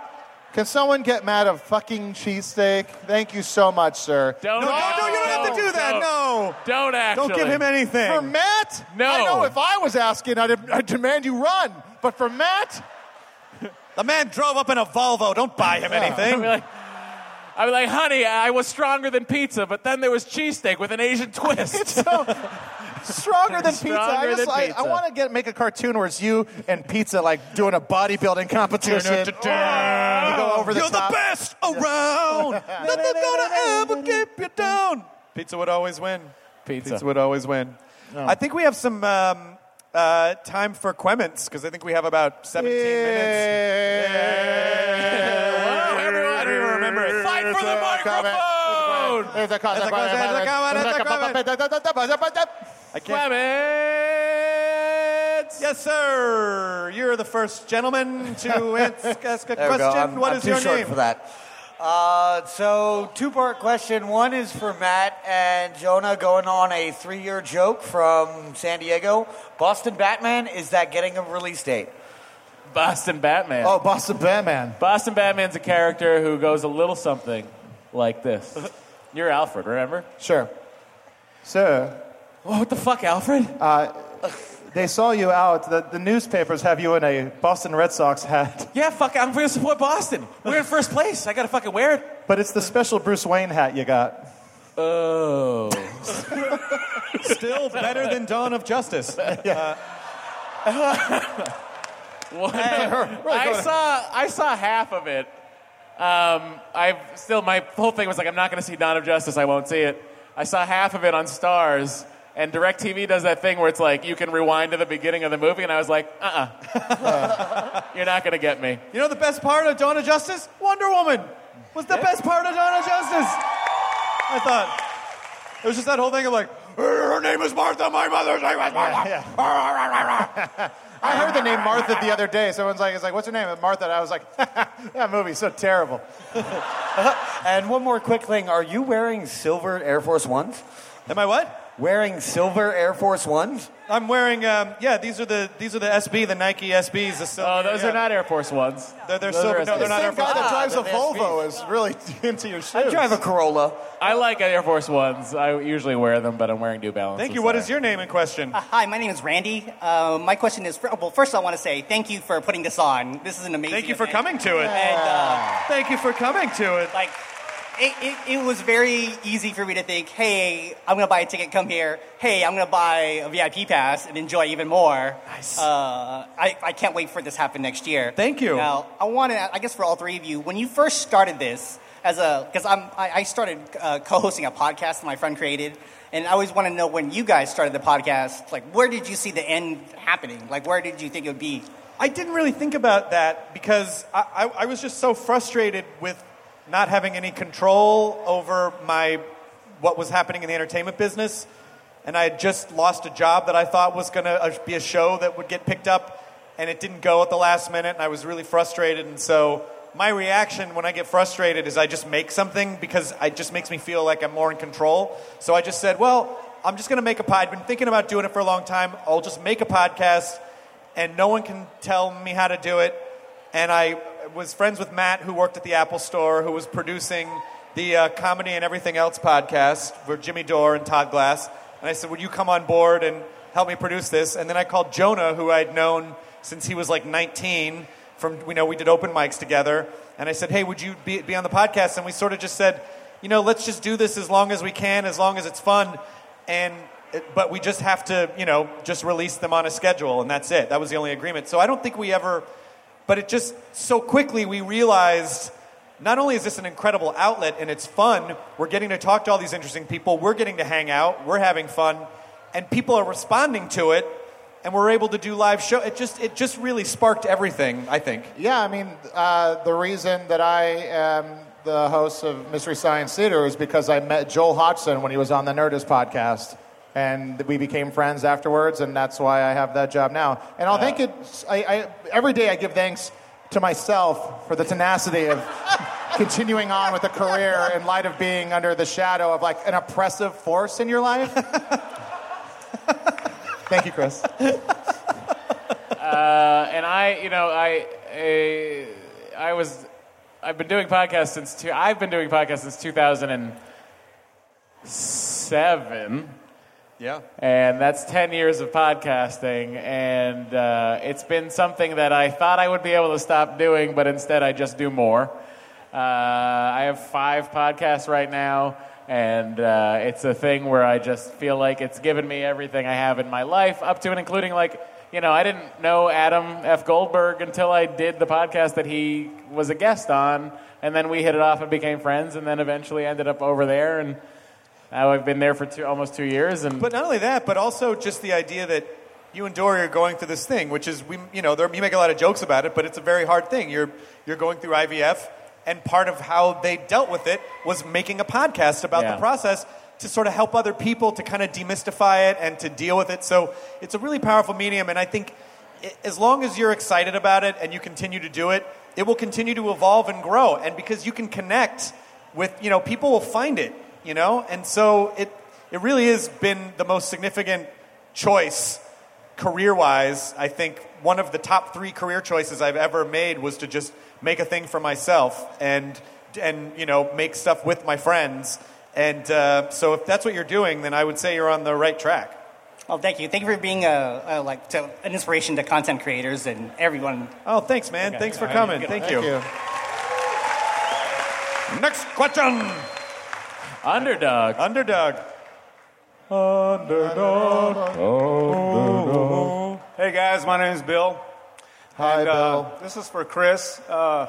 Speaker 4: Can someone get Matt a fucking cheesesteak? Thank you so much, sir.
Speaker 5: Don't
Speaker 1: No, no, no, you don't have to do that.
Speaker 5: don't.
Speaker 1: No.
Speaker 5: Don't actually.
Speaker 1: Don't give him anything.
Speaker 4: For Matt?
Speaker 5: No.
Speaker 4: I know if I was asking, I'd, I'd demand you run. But for Matt,
Speaker 1: the man drove up in a Volvo. Don't buy him
Speaker 5: I'd be
Speaker 1: anything.
Speaker 5: like, I'd be like, honey, I was stronger than pizza, but then there was cheesesteak with an Asian twist.
Speaker 4: stronger than pizza. I
Speaker 5: Stronger
Speaker 4: just,
Speaker 5: than
Speaker 4: I,
Speaker 5: pizza.
Speaker 4: I want to get make a cartoon where it's you and pizza like doing a bodybuilding competition. You go over the
Speaker 1: You're
Speaker 4: top.
Speaker 1: the best Oh, around. Nothing gonna ever keep you down. Pizza would always win.
Speaker 5: Pizza.
Speaker 1: would always win. I think we have some um, uh, time for Quements because I think we have about 17 minutes.
Speaker 4: Whoa,
Speaker 1: everyone. I don't even remember it. Fight for the microphone!
Speaker 4: There's a comment.
Speaker 1: There's a comment. There's a comment. There's a comment.
Speaker 4: There's
Speaker 1: I can't.
Speaker 5: Clements!
Speaker 1: Yes, sir. You're the first gentleman to ask, ask a
Speaker 7: There we go.
Speaker 1: question.
Speaker 7: I'm,
Speaker 1: What
Speaker 7: I'm
Speaker 1: is
Speaker 7: too
Speaker 1: your
Speaker 7: short
Speaker 1: name?
Speaker 7: for that. Uh, so, two part question. One is for Matt and Jonah going on a three year joke from San Diego. Boston Batman, is that getting a release date?
Speaker 5: Boston Batman.
Speaker 4: Oh, Boston Batman.
Speaker 5: Boston Batman's a character who goes a little something like this. You're Alfred, remember?
Speaker 4: Sure. Sir, Uh,
Speaker 5: Oh, what the fuck, Alfred?
Speaker 4: they saw you out. The, the newspapers have you in a Boston Red Sox hat,
Speaker 5: yeah, fuck, I'm gonna support Boston. We're in first place. I gotta fucking wear it.
Speaker 4: but it's the special Bruce Wayne hat you got.
Speaker 5: Oh.
Speaker 1: Still better than Dawn of Justice. Uh,
Speaker 5: I saw I saw half of it. Um, I still my whole thing was like I'm not going to see Dawn of Justice. I won't see it. I saw half of it on Stars. And DirecTV does that thing where it's like you can rewind to the beginning of the movie, and I was like, uh uh-uh. uh. you are not going to get me.
Speaker 1: You know the best part of Dawn of Justice? Wonder Woman was the best part of Dawn of Justice. I thought. It was just that whole thing of like, her name is Martha, my mother's name is Martha.
Speaker 4: I heard the name Martha the other day. Someone's like, "It's like, what's her name?" And Martha. And I was like, "That movie's so terrible."
Speaker 1: Uh-huh.
Speaker 7: And one more quick thing. Are you wearing silver Air Force Ones?
Speaker 1: Am I what?
Speaker 7: Wearing silver Air Force Ones?
Speaker 1: I'm wearing, um, yeah, these are the these are the SB, the Nike SBs. The silver,
Speaker 5: Oh, those
Speaker 1: yeah.
Speaker 5: are not Air Force Ones.
Speaker 1: They're, they're
Speaker 5: Those
Speaker 1: silver.
Speaker 5: are
Speaker 1: no, they're
Speaker 5: SBs.
Speaker 1: not Air
Speaker 4: Same guy
Speaker 1: Force
Speaker 4: that
Speaker 1: Ones.
Speaker 4: drives a
Speaker 7: they're SBs.
Speaker 4: Volvo is really into your shoes.
Speaker 7: I drive a Corolla.
Speaker 5: I like Air Force Ones. I usually wear them, but I'm wearing New Balance.
Speaker 1: Thank you. What is your name in question?
Speaker 8: Uh, Hi, my name is Randy. Uh, my question is, well, first I want to say thank you for putting this on. This is an amazing.
Speaker 1: Thank you for
Speaker 8: event.
Speaker 1: coming to it.
Speaker 8: And uh,
Speaker 1: Thank you for coming to it.
Speaker 8: like, it, it, it was very easy for me to think, hey, I'm gonna buy a ticket, come here. Hey, I'm gonna buy a VIP pass and enjoy even more. Nice. Uh, I, I can't wait for this to happen next year.
Speaker 1: Thank you.
Speaker 8: Now, I want to, I guess, for all three of you, when you first started this, as a, because I'm, I, I started uh, co-hosting a podcast that my friend created, and I always want to know when you guys started the podcast, like, where did you see the end happening? Like, where did you think it would be?
Speaker 1: I didn't really think about that because I, I, I was just so frustrated with not having any control over my what was happening in the entertainment business, and I had just lost a job that I thought was going to be a show that would get picked up, and it didn't go at the last minute, and I was really frustrated. And so my reaction when I get frustrated is I just make something because it just makes me feel like I'm more in control. So I just said, well. I'm just going to make a pod. I've been thinking about doing it for a long time. I'll just make a podcast and no one can tell me how to do it. And I was friends with Matt, who worked at the Apple Store, who was producing the uh, Comedy and Everything Else podcast with Jimmy Dore and Todd Glass. And I said, Would you come on board and help me produce this? And then I called Jonah, who I'd known since he was like 19. From you know, we did open mics together, and I said, "Hey, would you be, be on the podcast?" And we sort of just said, "You know, let's just do this as long as we can, as long as it's fun." and but we just have to you know just release them on a schedule and that's it that was the only agreement so i don't think we ever but it just so quickly we realized not only is this an incredible outlet and it's fun we're getting to talk to all these interesting people we're getting to hang out we're having fun and people are responding to it and we're able to do live show it just it just really sparked everything i think
Speaker 4: Yeah, I mean, uh, the reason that I am the host of Mystery Science Theater is because I met Joel Hodgson when he was on the Nerdist podcast. And we became friends afterwards, and that's why I have that job now. And I'll thank it. I, I, every day I give thanks to myself for the tenacity of continuing on with a career in light of being under the shadow of like an oppressive force in your life. thank you, Chris.
Speaker 5: Uh, and I, you know, I, I, I was, I've been doing podcasts since two. I've been doing podcasts since 2007,
Speaker 1: yeah
Speaker 5: and that's 10 years of podcasting. And uh, it's been something that I thought I would be able to stop doing, but instead I just do more. Uh, I have five podcasts right now, and uh, it's a thing where I just feel like it's given me everything I have in my life, up to and including like, you know, I didn't know Adam F. Goldberg until I did the podcast that he was a guest on, and then we hit it off and became friends, and then eventually ended up over there, and now I've been there for two, almost two years, and
Speaker 1: But not only that, but also just the idea that you and Dory are going through this thing, which is we, you know, there, you make a lot of jokes about it, but it's a very hard thing. You're you're going through IVF, and part of how they dealt with it was making a podcast about
Speaker 5: Yeah.
Speaker 1: the process to sort of help other people to kind of demystify it and to deal with it. So it's a really powerful medium, and I think i- as long as you're excited about it and you continue to do it, it will continue to evolve and grow. And because you can connect with, you know, people will find it, you know? And so it, it really has been the most significant choice career wise. I think one of the top three career choices I've ever made was to just make a thing for myself and, and you know, make stuff with my friends. And uh, so if that's what you're doing, then I would say you're on the right track.
Speaker 8: Well, thank you. Thank you for being a, a like to, an inspiration to content creators and everyone.
Speaker 1: Oh, thanks, man. Thanks for coming. Thank you. Next question.
Speaker 5: Underdog.
Speaker 1: Underdog.
Speaker 9: Hey guys, my name is Bill.
Speaker 4: Hi,
Speaker 9: And, uh,
Speaker 4: Bill.
Speaker 9: this is for Chris. Uh,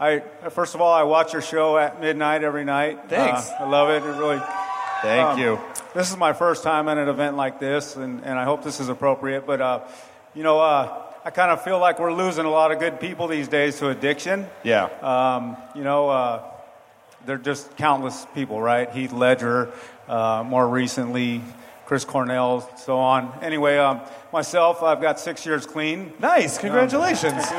Speaker 9: I first of all, I watch your show at midnight every night.
Speaker 1: Thanks.
Speaker 9: Uh, I love it. It really.
Speaker 1: Thank
Speaker 9: um,
Speaker 1: you.
Speaker 9: This is my first time at an event like this, and, and I hope this is appropriate. But uh, you know, uh, I kind of feel like we're losing a lot of good people these days to addiction.
Speaker 1: Yeah.
Speaker 9: Um, you know, uh, they're just countless people, right? Heath Ledger, uh, more recently, Chris Cornell, so on. Anyway, um, myself, I've got six years clean. Um,
Speaker 1: Nice. Congratulations.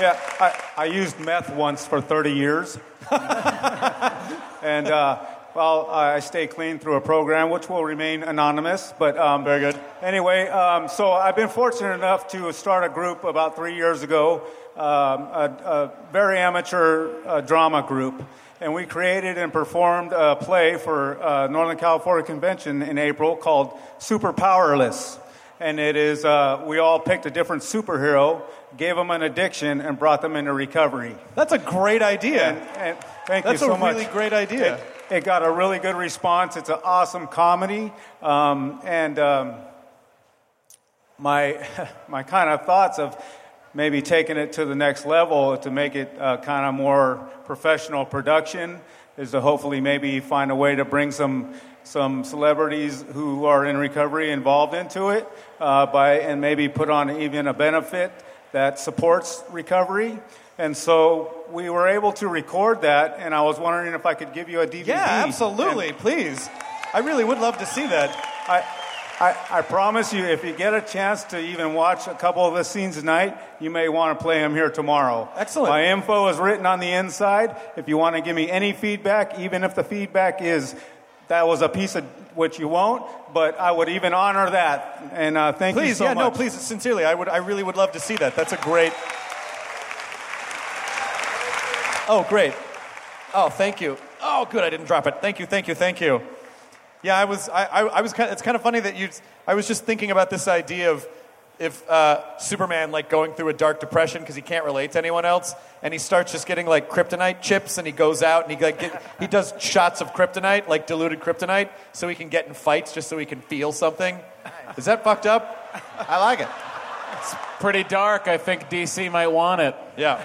Speaker 9: Yeah, I, I used meth once for 30 years. and uh, Well, I stay clean through a program which will remain anonymous, but um, very good. Anyway, um, so I've been fortunate enough to start a group about three years ago, um, a, a very amateur uh, drama group, and we created and performed a play for uh, Northern California Convention in April called Super Powerless, and it is uh, we all picked a different superhero, gave them an addiction, and brought them into recovery.
Speaker 1: That's a great idea.
Speaker 9: And, and thank
Speaker 1: That's
Speaker 9: you so
Speaker 1: a
Speaker 9: much.
Speaker 1: really great idea.
Speaker 9: It, it got a really good response. It's an awesome comedy, um, and um, my my kind of thoughts of maybe taking it to the next level to make it uh, kind of more professional production is to hopefully maybe find a way to bring some some celebrities who are in recovery involved into it uh, by and maybe put on even a benefit that supports recovery and so we were able to record that and i was wondering if i could give you a dvd
Speaker 1: Yeah, absolutely,
Speaker 9: please i really would love to see that i I, I promise you, if you get a chance to even watch a couple of the scenes tonight, you may want to play them here tomorrow. Excellent. My info is written on the inside. If you want to give me any feedback, even if the feedback is that was a piece of which you won't, but I would even honor that. And uh, thank you
Speaker 1: please,
Speaker 9: so
Speaker 1: yeah,
Speaker 9: much.
Speaker 1: no, please, sincerely, I would, I really would love to see that. That's a great. Oh, great. Oh, thank you. Oh, good, I didn't drop it. Thank you, thank you, thank you. Yeah, I was, I, I, I was kind. Of, it's kind of funny that you. I was just thinking about this idea of if uh, Superman like going through a dark depression because he can't relate to anyone else, and he starts just getting like kryptonite chips, and he goes out and he like get, he does shots of kryptonite, like diluted kryptonite, so he can get in fights, just so he can feel something. Is that fucked up? I like it.
Speaker 5: It's pretty dark. I think DC might want it.
Speaker 1: Yeah.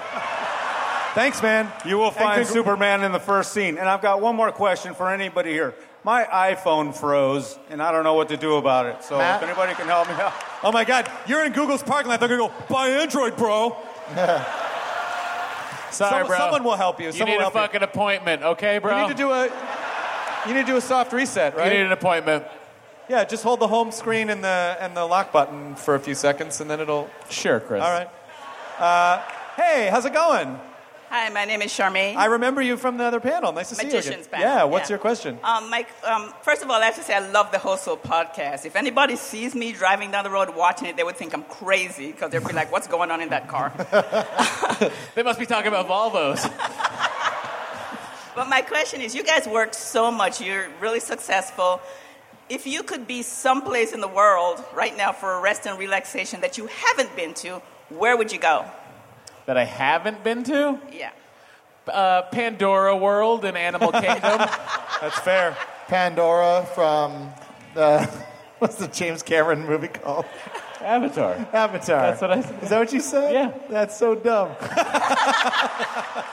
Speaker 9: Thanks, man. You will
Speaker 5: And
Speaker 9: find
Speaker 5: congr-
Speaker 9: Superman in the first scene. And I've got one more question for anybody here. My iPhone froze, and I don't know what to do about it. So
Speaker 1: Matt?
Speaker 9: if anybody can help me out.
Speaker 1: Oh my God, you're in Google's parking lot. They're gonna go buy Android, bro.
Speaker 5: Sorry,
Speaker 1: Some-
Speaker 5: bro.
Speaker 1: Someone will help you.
Speaker 5: You
Speaker 1: Someone
Speaker 5: need
Speaker 1: will
Speaker 5: a
Speaker 1: help you.
Speaker 5: fucking appointment, okay, bro?
Speaker 1: You need to do a. You need to do a soft reset, right?
Speaker 5: need an appointment.
Speaker 1: Yeah, just hold the home screen and the and the lock button for a few seconds, and then it'll.
Speaker 5: Sure, Chris.
Speaker 1: All right. Uh, hey, how's it going?
Speaker 10: Hi, my name is Charmaine.
Speaker 1: I remember you from the other panel. Nice to see you.
Speaker 10: Magician's
Speaker 1: again.
Speaker 10: panel,
Speaker 1: Yeah. What's
Speaker 10: yeah.
Speaker 1: your question?
Speaker 10: Um, Mike, um, first of all, I have to say I love the Hustle podcast. If anybody sees me driving down the road watching it, they would think I'm crazy because they'd be like, what's going on in that car?
Speaker 5: They must be talking about Volvos.
Speaker 10: But my question is, you guys work so much. You're really successful. If you could be someplace in the world right now for rest and relaxation that you haven't been to, where would you go?
Speaker 5: that I haven't been to?
Speaker 10: Yeah.
Speaker 5: Uh, Pandora World and Animal Kingdom. That's fair.
Speaker 11: Pandora from the what's the James Cameron movie called?
Speaker 5: Avatar.
Speaker 11: Avatar.
Speaker 5: That's what I
Speaker 11: Is that what you said? Yeah. That's so dumb.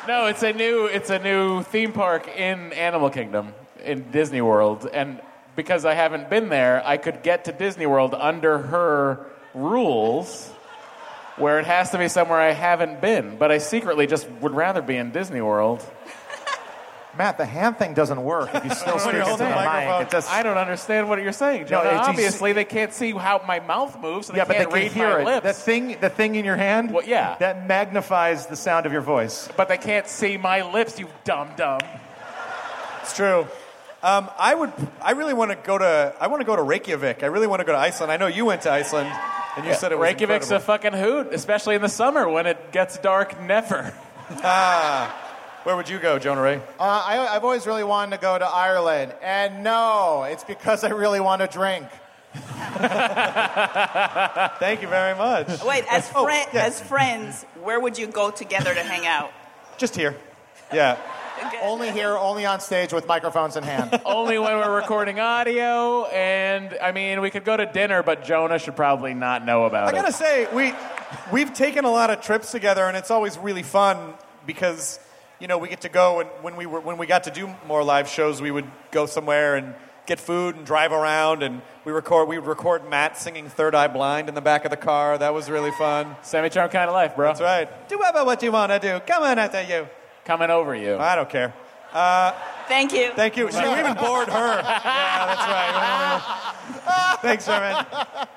Speaker 5: No, it's a new it's a new theme park in Animal Kingdom in Disney World, and because I haven't been there, I could get to Disney World under her rules, where it has to be somewhere I haven't been. But I secretly just would rather be in Disney World.
Speaker 11: Matt, the hand thing doesn't work. If you still speak into the mic, it just
Speaker 5: I don't understand what you're saying,
Speaker 11: No,
Speaker 5: Jonah.
Speaker 11: it's-
Speaker 5: Obviously, they can't see how my mouth moves, so they
Speaker 11: yeah, but
Speaker 5: can't
Speaker 11: they
Speaker 5: read
Speaker 11: can't hear
Speaker 5: my
Speaker 11: it.
Speaker 5: lips.
Speaker 11: That thing, the thing in your hand.
Speaker 5: Well, yeah.
Speaker 11: That magnifies the sound of your voice.
Speaker 5: But they can't see my lips, you dumb dumb.
Speaker 1: It's true. Um, I would. I really want to go to. I want to go to Reykjavik. I really want to go to Iceland. I know you went to Iceland, and you said it was
Speaker 5: Reykjavik's
Speaker 1: incredible.
Speaker 5: a fucking hoot, especially in the summer when it gets dark. Never.
Speaker 1: ah, where would you go, Jonah Ray?
Speaker 11: Uh, I, I've always really wanted to go to Ireland, and no, it's because I really want to drink.
Speaker 1: Thank you very much. Oh,
Speaker 10: Wait, as, fri- as friends, where would you go together to hang out?
Speaker 1: Just here. Yeah.
Speaker 11: only here, only on stage with microphones in hand.
Speaker 5: Only when we're recording audio, and I mean, we could go to dinner, but Jonah should probably not know about
Speaker 1: I gotta
Speaker 5: it.
Speaker 1: say, we we've taken a lot of trips together, and it's always really fun because you know we get to go and when we were when we got to do more live shows, we would go somewhere and get food and drive around, and we record we would record Matt singing Third Eye Blind in the back of the car. That was really fun.
Speaker 5: Semi charm kind of life, bro.
Speaker 1: That's right. Do whatever what you wanna do. Coming after you.
Speaker 5: Coming over you.
Speaker 1: I don't care. Uh,
Speaker 10: thank you.
Speaker 1: Thank you. See, we even bored her. Yeah, that's right. Thanks, Sherman.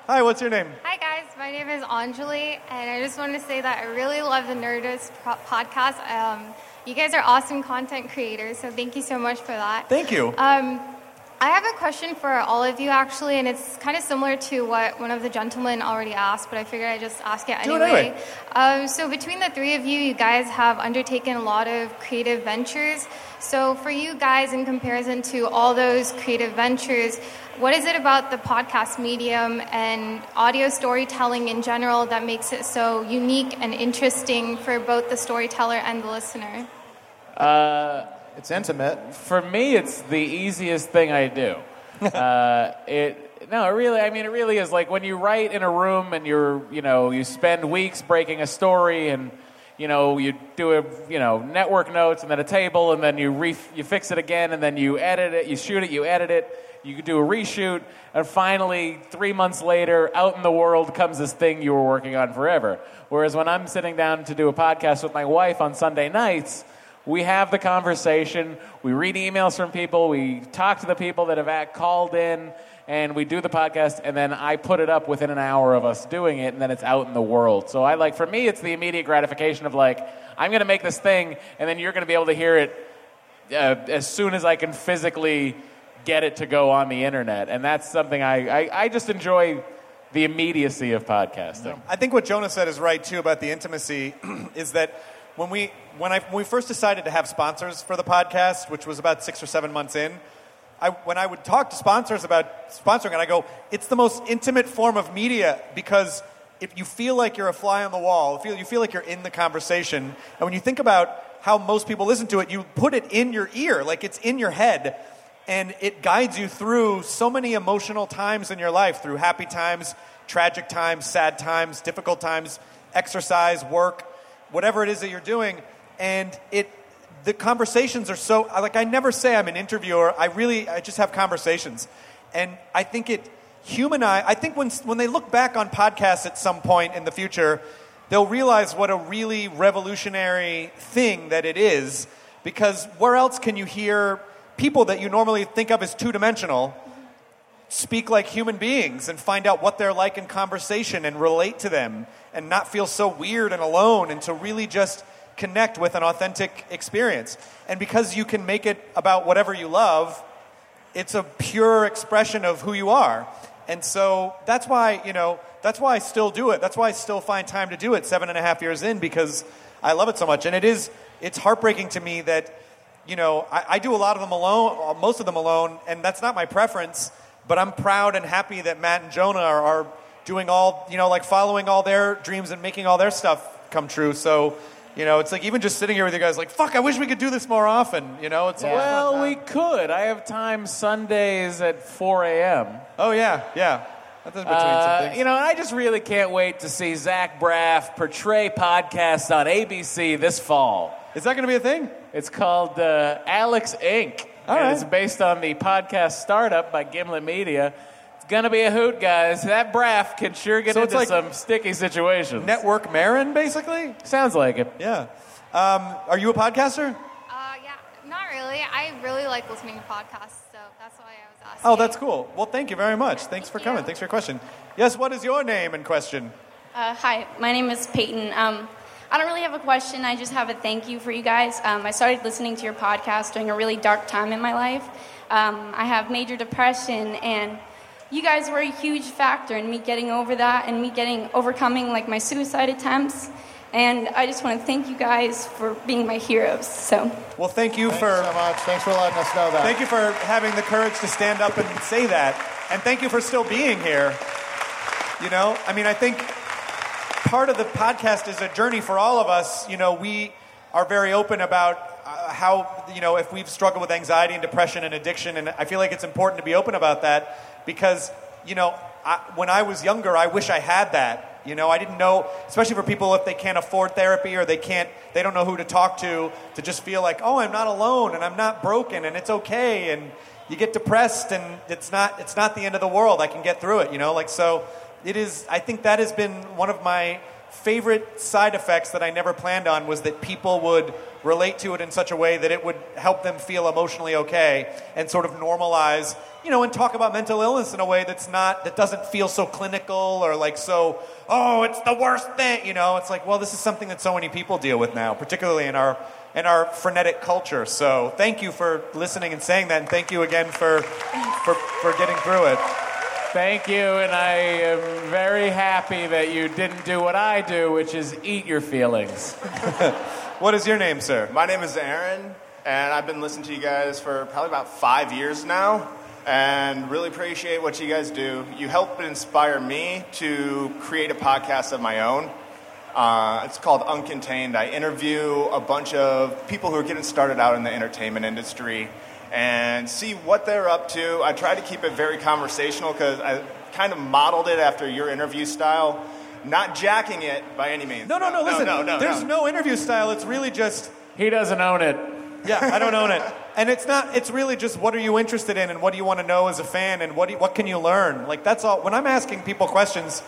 Speaker 1: Hi, what's your name?
Speaker 12: Hi guys, my name is Anjali, and I just wanted to say that I really love the Nerdist pro- podcast. Um, You guys are awesome content creators, so thank you so much for that.
Speaker 1: Thank you.
Speaker 12: Um, I have a question for all of you, actually, and it's kind of similar to what one of the gentlemen already asked, but I figured I'd just ask it
Speaker 1: Do it
Speaker 12: anyway. Um, so, between the three of you, you guys have undertaken a lot of creative ventures. So, for you guys, in comparison to all those creative ventures, what is it about the podcast medium and audio storytelling in general that makes it so unique and interesting for both the storyteller and the listener?
Speaker 5: Uh,
Speaker 11: it's intimate.
Speaker 5: For me, it's the easiest thing I do. uh, it no, it really. I mean, it really is like when you write in a room and you're, you know, you spend weeks breaking a story and. You know, you do a you know network notes and then a table and then you re- you fix it again and then you edit it, you shoot it, you edit it, you do a reshoot, and finally three months later, out in the world comes this thing you were working on forever. Whereas when I'm sitting down to do a podcast with my wife on Sunday nights, we have the conversation, we read emails from people, we talk to the people that have act- called in, and we do the podcast, and then I put it up within an hour of us doing it, and then it's out in the world. So I like, for me, it's the immediate gratification of like, I'm going to make this thing, and then you're going to be able to hear it uh, as soon as I can physically get it to go on the internet. And that's something I, I, I just enjoy the immediacy of podcasting.
Speaker 1: I think what Jonah said is right too about the intimacy is that when we when I when we first decided to have sponsors for the podcast, which was about six or seven months in, I, when I would talk to sponsors about sponsoring it, I go, it's the most intimate form of media because if you feel like you're a fly on the wall, feel you feel like you're in the conversation, and when you think about how most people listen to it, you put it in your ear, like it's in your head, and it guides you through so many emotional times in your life, through happy times, tragic times, sad times, difficult times, exercise, work, whatever it is that you're doing, and it the conversations are so like I never say I'm an interviewer. I really I just have conversations, and I think it humanize. I think when when they look back on podcasts at some point in the future, they'll realize what a really revolutionary thing that it is. Because where else can you hear people that you normally think of as two dimensional speak like human beings and find out what they're like in conversation and relate to them and not feel so weird and alone and to really just connect with an authentic experience. And because you can make it about whatever you love, it's a pure expression of who you are. And so that's why, you know, that's why I still do it. That's why I still find time to do it seven and a half years in because I love it so much. And it is, it's heartbreaking to me that, you know, I, I do a lot of them alone, or most of them alone, and that's not my preference. But I'm proud and happy that Matt and Jonah are, are doing all, you know, like following all their dreams and making all their stuff come true. So, you know, it's like even just sitting here with you guys, like, fuck, I wish we could do this more often. You know, it's like,
Speaker 5: Well, we could. I have time Sundays at 4 a.m.
Speaker 1: Oh, yeah, yeah. That's between some things.
Speaker 5: Uh, You know, and I just really can't wait to see Zach Braff portray podcasts on ABC this fall.
Speaker 1: Is that going to be a thing?
Speaker 5: It's called uh, Alex Inc.
Speaker 1: All
Speaker 5: and
Speaker 1: right.
Speaker 5: It's based on the podcast startup by Gimlet Media. It's going to be a hoot, guys. That Braff can sure get
Speaker 1: So it's
Speaker 5: into
Speaker 1: like
Speaker 5: some sticky situations.
Speaker 1: Network Marin, basically?
Speaker 5: Sounds like it.
Speaker 1: Yeah. Um, are you a podcaster?
Speaker 12: Uh, yeah, not really. I really like listening to podcasts, so that's why I was asking.
Speaker 1: Oh, that's cool. Well, thank you very much. Thanks for coming. Thanks for your question. Yes, what is your name and question?
Speaker 13: Uh, hi, my name is Peyton. Um, I don't really have a question. I just have a thank you for you guys. Um, I started listening to your podcast during a really dark time in my life. Um, I have major depression, and you guys were a huge factor in me getting over that and me getting overcoming like my suicide attempts. And I just want to thank you guys for being my heroes. So.
Speaker 1: Well, thank you for so much. Thanks for letting us know that. Thank you for having the courage to stand up and say that, and thank you for still being here. You know, I mean, I think part of the podcast is a journey for all of us. You know, we are very open about uh, how you know if we've struggled with anxiety and depression and addiction, and I feel like it's important to be open about that because you know, I, when I was younger, I wish I had that. You know, I didn't know, especially for people if they can't afford therapy or they can't, they don't know who to talk to, to just feel like, oh, I'm not alone and I'm not broken and it's okay and you get depressed and it's not, it's not the end of the world. I can get through it. You know, like so, it is. I think that has been one of my favorite side effects that I never planned on was that people would relate to it in such a way that it would help them feel emotionally okay and sort of normalize, you know, and talk about mental illness in a way that's not that doesn't feel so clinical or like so, oh, it's the worst thing, you know. It's like, well, this is something that so many people deal with now, particularly in our and our frenetic culture. So thank you for listening and saying that, and thank you again for for, for getting through it.
Speaker 5: Thank you, and I am very happy that you didn't do what I do, which is eat your feelings.
Speaker 1: what is your name, sir?
Speaker 11: My name is Aaron, and I've been listening to you guys for probably about five years now, and really appreciate what you guys do. You helped inspire me to create a podcast of my own. Uh, it's called Uncontained. I interview a bunch of people who are getting started out in the entertainment industry and see what they're up to. I try to keep it very conversational because I kind of modeled it after your interview style. Not jacking it by any means.
Speaker 1: No, no, no. Listen,
Speaker 11: no, no,
Speaker 1: there's
Speaker 11: no.
Speaker 1: no. interview style. It's really just
Speaker 5: he doesn't own it.
Speaker 1: Yeah, I don't own it, and it's not. It's really just what are you interested in, and what do you want to know as a fan, and what do you, what can you learn? Like that's all. When I'm asking people questions,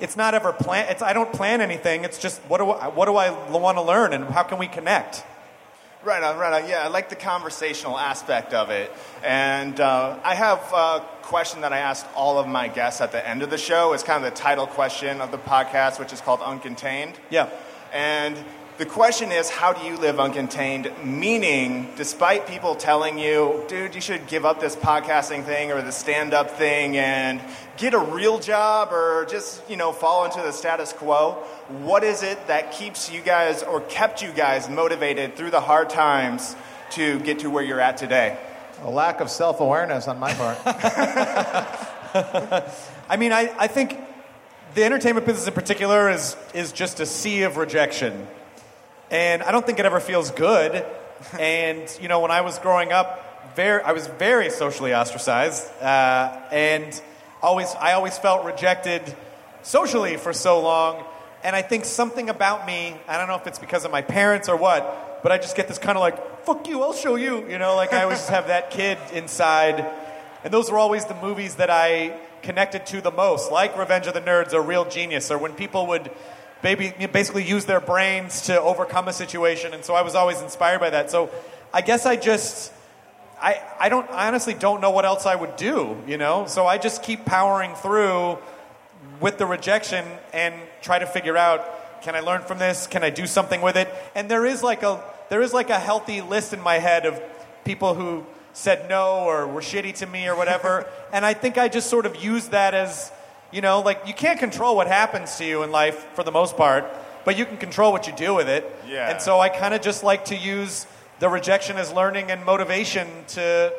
Speaker 1: it's not ever plan. It's I don't plan anything. It's just what do I, what do I want to learn, and how can we connect?
Speaker 11: Right on, right on. Yeah, I like the conversational aspect of it. And uh, I have a question that I ask all of my guests at the end of the show. It's kind of the title question of the podcast, which is called Uncontained.
Speaker 1: Yeah.
Speaker 11: And the question is, how do you live uncontained? Meaning, despite people telling you, dude, you should give up this podcasting thing or the stand up thing and get a real job or just, you know, fall into the status quo, what is it that keeps you guys or kept you guys motivated through the hard times to get to where you're at today?
Speaker 4: A lack of self awareness on my part.
Speaker 1: I mean, I, I think the entertainment business in particular is is just a sea of rejection, and I don't think it ever feels good. And you know, when I was growing up, very I was very socially ostracized, uh, and always I always felt rejected socially for so long. And I think something about me, I don't know if it's because of my parents or what, but I just get this kind of like, fuck you, I'll show you. You know, like I always just have that kid inside. And those were always the movies that I connected to the most, like Revenge of the Nerds or Real Genius, or when people would baby, basically use their brains to overcome a situation. And so I was always inspired by that. So I guess I just. I, I don't I honestly don't know what else I would do, you know? So I just keep powering through with the rejection and try to figure out can I learn from this? Can I do something with it? And there is like a there is like a healthy list in my head of people who said no or were shitty to me or whatever. and I think I just sort of use that as you know, like you can't control what happens to you in life for the most part, but you can control what you do with it.
Speaker 11: Yeah.
Speaker 1: And so I kind of just like to use the rejection as learning and motivation to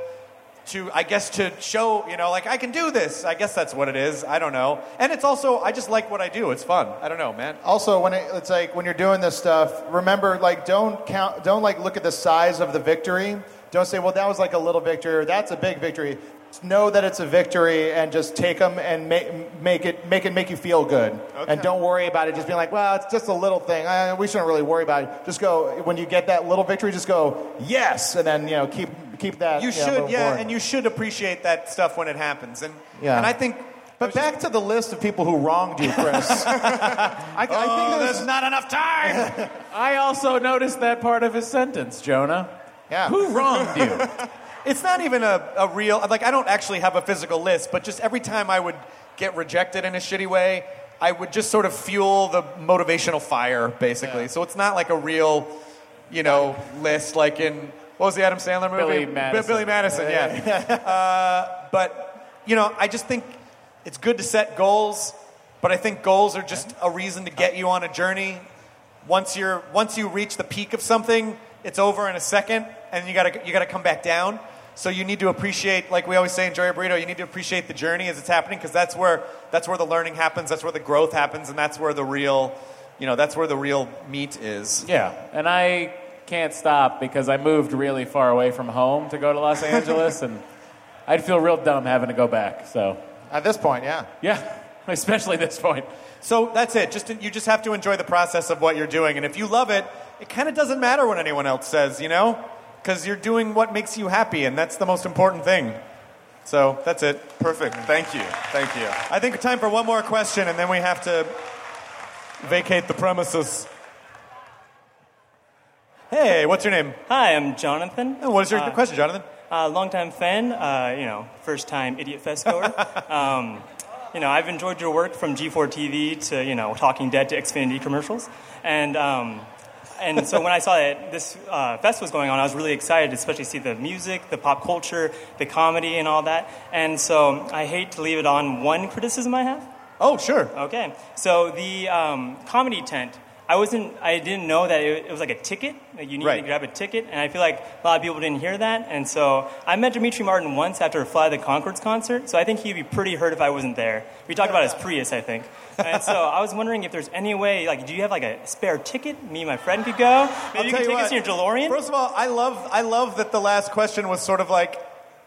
Speaker 1: to I guess to show you know like I can do this. I guess that's what it is. I don't know. And it's also I just like what I do. It's fun. I don't know, man.
Speaker 4: also when it, it's like when you're doing this stuff remember like don't count don't like look at the size of the victory don't say well that was like a little victory or that's a big victory Just know that it's a victory and just take them and make, make it make it make you feel good and don't worry about it just being like well it's just a little thing uh, we shouldn't really worry about it just go when you get that little victory just go yes and then you know keep keep that
Speaker 1: You
Speaker 4: know,
Speaker 1: should
Speaker 4: moving
Speaker 1: yeah,
Speaker 4: forward.
Speaker 1: and you should appreciate that stuff when it happens. And
Speaker 4: Yeah.
Speaker 1: and I think
Speaker 4: but back to the list of people who wronged you chris I,
Speaker 5: Oh,
Speaker 4: think there's-
Speaker 1: not enough time.
Speaker 5: I also noticed that part of his sentence, Jonah.
Speaker 4: Yeah.
Speaker 5: Who wronged you?
Speaker 1: It's not even a, a real like I don't actually have a physical list, but just every time I would get rejected in a shitty way, I would just sort of fuel the motivational fire basically. So it's not like a real, you know, list like in what was the Adam Sandler movie?
Speaker 5: Billy
Speaker 1: B-
Speaker 5: Madison.
Speaker 1: Billy Madison, yeah. uh, but you know, I just think it's good to set goals, but I think goals are just a reason to get you on a journey once you're once you reach the peak of something, it's over in a second, and you gotta you gotta come back down. So you need to appreciate, like we always say in Joy Burrito, you need to appreciate the journey as it's happening because that's where that's where the learning happens, that's where the growth happens, and that's where the real, you know, that's where the real meat is.
Speaker 5: Yeah, and I can't stop because I moved really far away from home to go to Los Angeles, and I'd feel real dumb having to go back. So
Speaker 4: at this point yeah
Speaker 5: yeah, especially this point.
Speaker 1: So that's it. Just you just have to enjoy the process of what you're doing, and if you love it, it kind of doesn't matter what anyone else says, you know, because you're doing what makes you happy, and that's the most important thing. So that's it.
Speaker 11: Perfect. Thank you. Thank you.
Speaker 1: I think time for one more question, and then we have to vacate the premises. Hey, what's your name?
Speaker 14: Hi, I'm Jonathan.
Speaker 1: what is your question, Jonathan?
Speaker 14: Uh, longtime fan, uh, you know, first time Idiot Fest goer. um, you know, I've enjoyed your work from G4 TV to, you know, Talking Dead to Xfinity commercials. And um, and so when I saw that this uh, fest was going on, I was really excited, especially to see the music, the pop culture, the comedy, and all that. And so I hate to leave it on one criticism I have.
Speaker 1: Oh, sure.
Speaker 14: Okay. So the um, comedy tent. I wasn't. I didn't know that it, it was like a ticket. Like you need to
Speaker 1: Right.
Speaker 14: grab a ticket, and I feel like a lot of people didn't hear that. And so I met Dimitri Martin once after a Fly the Concords concert. So I think he'd be pretty hurt if I wasn't there. We talked about his Prius, I think. And so I was wondering if there's any way, like, do you have like a spare ticket? Me and my friend could go. Maybe you
Speaker 1: tell
Speaker 14: can
Speaker 1: you
Speaker 14: take us
Speaker 1: what.
Speaker 14: in your DeLorean.
Speaker 1: First
Speaker 4: of all, I love I love that the last question was sort of like,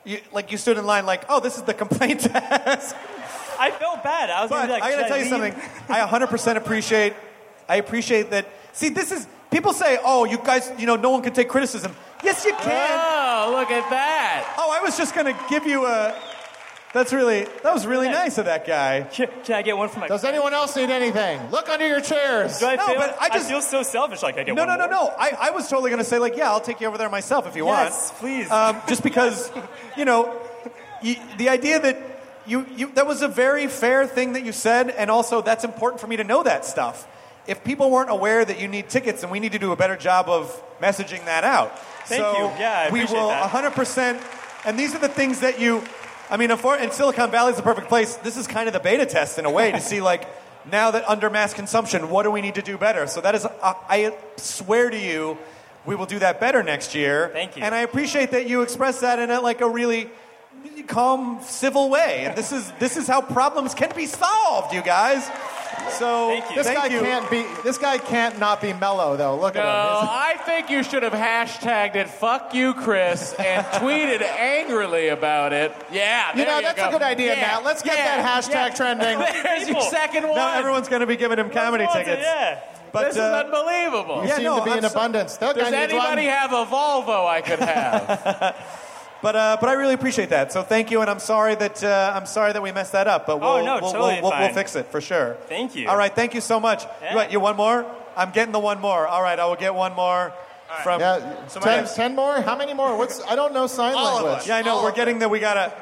Speaker 1: you, like you stood in line like, oh, this is the complaint desk.
Speaker 14: I felt bad. I was
Speaker 1: but
Speaker 14: gonna be like,
Speaker 1: I gotta
Speaker 14: "Should
Speaker 1: tell you
Speaker 14: leave?"
Speaker 1: something. I 100% appreciate. I appreciate that. See, this is people say, oh, you guys, you know, no one can take criticism. Yes, you can.
Speaker 5: Oh, look at that.
Speaker 1: Oh, I was just gonna give you a. That's really. That was really nice of that guy.
Speaker 14: Can, I get one for my?
Speaker 4: Does anyone else need anything? Look under your chairs.
Speaker 1: Do I No, feel- but I I just-
Speaker 14: feel so selfish. Like I
Speaker 1: No, no, no, no. I, I was totally going to say, like, yeah, I'll take you over there myself if you
Speaker 14: Yes,
Speaker 1: want.
Speaker 14: please.
Speaker 1: Um, just because, you know, you, the idea that you, you, that was a very fair thing that you said, and also that's important for me to know that stuff. If people weren't aware that you need tickets, then we need to do a better job of messaging that out.
Speaker 14: Thank
Speaker 1: So
Speaker 14: you. Yeah, I
Speaker 1: we
Speaker 14: appreciate
Speaker 1: will
Speaker 14: that.
Speaker 1: 100%. And these are the things that you, I mean, for, and Silicon Valley is the perfect place. This is kind of the beta test in a way to see, like, now that under mass consumption, what do we need to do better? So that is, I, I swear to you, we will do that better next year. Thank you. And I appreciate that you express that in a, like a really calm, civil way. And this is this is how problems can be solved, you guys. So thank
Speaker 4: This guy can't be. This guy can't not be mellow though. Look
Speaker 5: No,
Speaker 4: at him.
Speaker 5: I think you should have hashtagged it "fuck you, Chris" and tweeted angrily about it. Yeah,
Speaker 4: You
Speaker 5: there
Speaker 4: know, that's
Speaker 5: go.
Speaker 4: a good idea,
Speaker 5: Yeah,
Speaker 4: Matt. Let's get
Speaker 5: yeah,
Speaker 4: that hashtag
Speaker 5: yeah.
Speaker 4: trending.
Speaker 5: There's your second one.
Speaker 1: Now everyone's going to be giving him comedy
Speaker 5: wants it,
Speaker 1: tickets.
Speaker 5: yeah.
Speaker 1: But,
Speaker 5: this
Speaker 1: uh,
Speaker 5: is unbelievable.
Speaker 1: You Yeah, seem no, to be I'm in so-
Speaker 4: abundance. That
Speaker 5: Does
Speaker 1: guy needs
Speaker 5: anybody
Speaker 1: one.
Speaker 5: have a Volvo I could have?
Speaker 1: But uh, but I really appreciate that. So thank you, and I'm sorry that uh, I'm sorry that we messed that up. But we'll
Speaker 14: Oh, no,
Speaker 1: we'll,
Speaker 14: totally
Speaker 1: we'll, we'll, we'll
Speaker 14: fine.
Speaker 1: fix it for sure.
Speaker 14: Thank you.
Speaker 1: All right, thank you so much.
Speaker 14: Yeah.
Speaker 1: You, want- you want one more? I'm getting the one more. All right, I will get one more from.
Speaker 4: Yeah,
Speaker 1: So my
Speaker 4: ten,
Speaker 1: name's-
Speaker 4: ten more? How many more? What's? I don't know sign language.
Speaker 1: Yeah, I know. We're getting that. We gotta.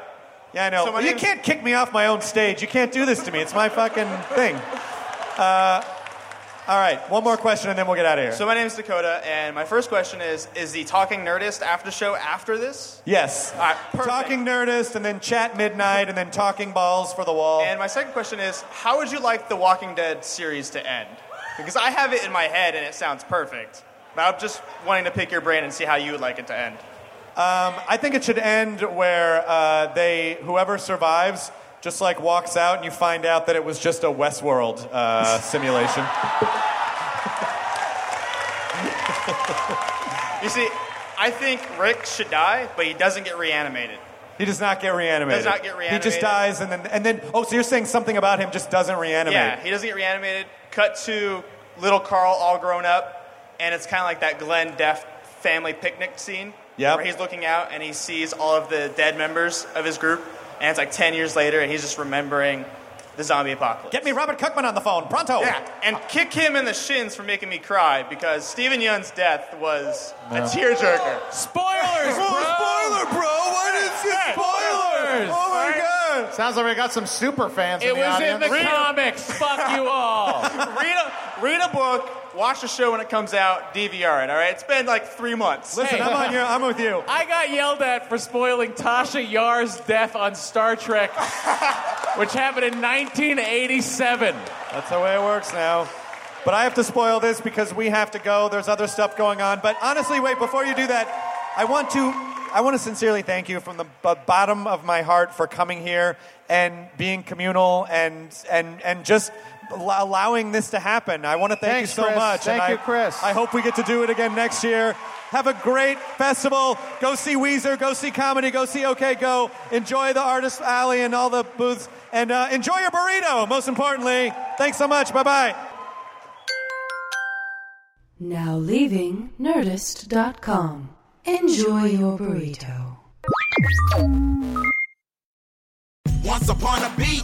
Speaker 1: Yeah, I know.
Speaker 4: So my
Speaker 1: you
Speaker 4: name's-
Speaker 1: can't kick me off my own stage. You can't do this to me. It's my fucking thing. Uh, all right, one more question, and then we'll get out of here.
Speaker 11: So my name is Dakota, and my first question is: Is the Talking Nerdist after show after this?
Speaker 1: yes.
Speaker 11: All right,
Speaker 1: Talking Nerdist, and then Chat Midnight, and then Talking Balls for the Wall.
Speaker 11: And my second question is: How would you like the Walking Dead series to end? Because I have it in my head, and it sounds perfect. But I'm just wanting to pick your brain and see how you would like it to end.
Speaker 1: Um, I think it should end where uh, they, whoever survives, just like walks out, and you find out that it was just a Westworld uh, simulation.
Speaker 11: You see, I think Rick should die, but he doesn't get reanimated.
Speaker 1: He does not get reanimated.
Speaker 11: Does not get
Speaker 1: He
Speaker 11: reanimated.
Speaker 1: just dies, and then and then. Oh, so you're saying something about him just doesn't reanimate?
Speaker 11: Yeah, he doesn't get reanimated. Cut to little Carl all grown up, and it's kind of like that Glenn Deaf family picnic scene
Speaker 1: Yep.
Speaker 11: where he's looking out and he sees all of the dead members of his group, and it's like 10 years later, and he's just remembering the zombie apocalypse.
Speaker 1: Get me Robert Kirkman on the phone, pronto.
Speaker 11: Yeah, and kick him in the shins for making me cry because Stephen Young's death was
Speaker 1: No.
Speaker 11: a tearjerker.
Speaker 5: Spoilers,
Speaker 11: bro! spoiler, bro! Why did you say
Speaker 4: spoilers?
Speaker 1: Oh my god!
Speaker 4: Sounds like we got some super fans.
Speaker 5: It
Speaker 4: in the
Speaker 5: was in
Speaker 4: audience.
Speaker 5: the comics. Fuck you all.
Speaker 11: read a read a book, watch the show when it comes out, DVR it. All right, it's been like three months.
Speaker 5: Listen, Hey. I'm on your- I'm
Speaker 1: with you.
Speaker 5: I got yelled at for spoiling Tasha Yar's death on Star Trek, which happened in 1987.
Speaker 1: That's the way it works now. But I have to spoil this because we have to go. There's other stuff going on. But honestly, wait, before you do that, I want to I want to sincerely thank you from the b- bottom of my heart for coming here and being communal and and and just al- allowing this to happen. I want to thank
Speaker 4: Thanks,
Speaker 1: you so
Speaker 4: Chris.
Speaker 1: much.
Speaker 4: Thank
Speaker 1: and
Speaker 4: you,
Speaker 1: I,
Speaker 4: Chris.
Speaker 1: I hope we get to do it again next year. Have a great festival. Go see Weezer. Go see comedy. Go see OK Go. Enjoy the Artist Alley and all the booths. And uh, enjoy your burrito, most importantly. Thanks so much. Bye bye.
Speaker 3: Now leaving Nerdist.com. Enjoy your burrito.
Speaker 15: Once upon a beat.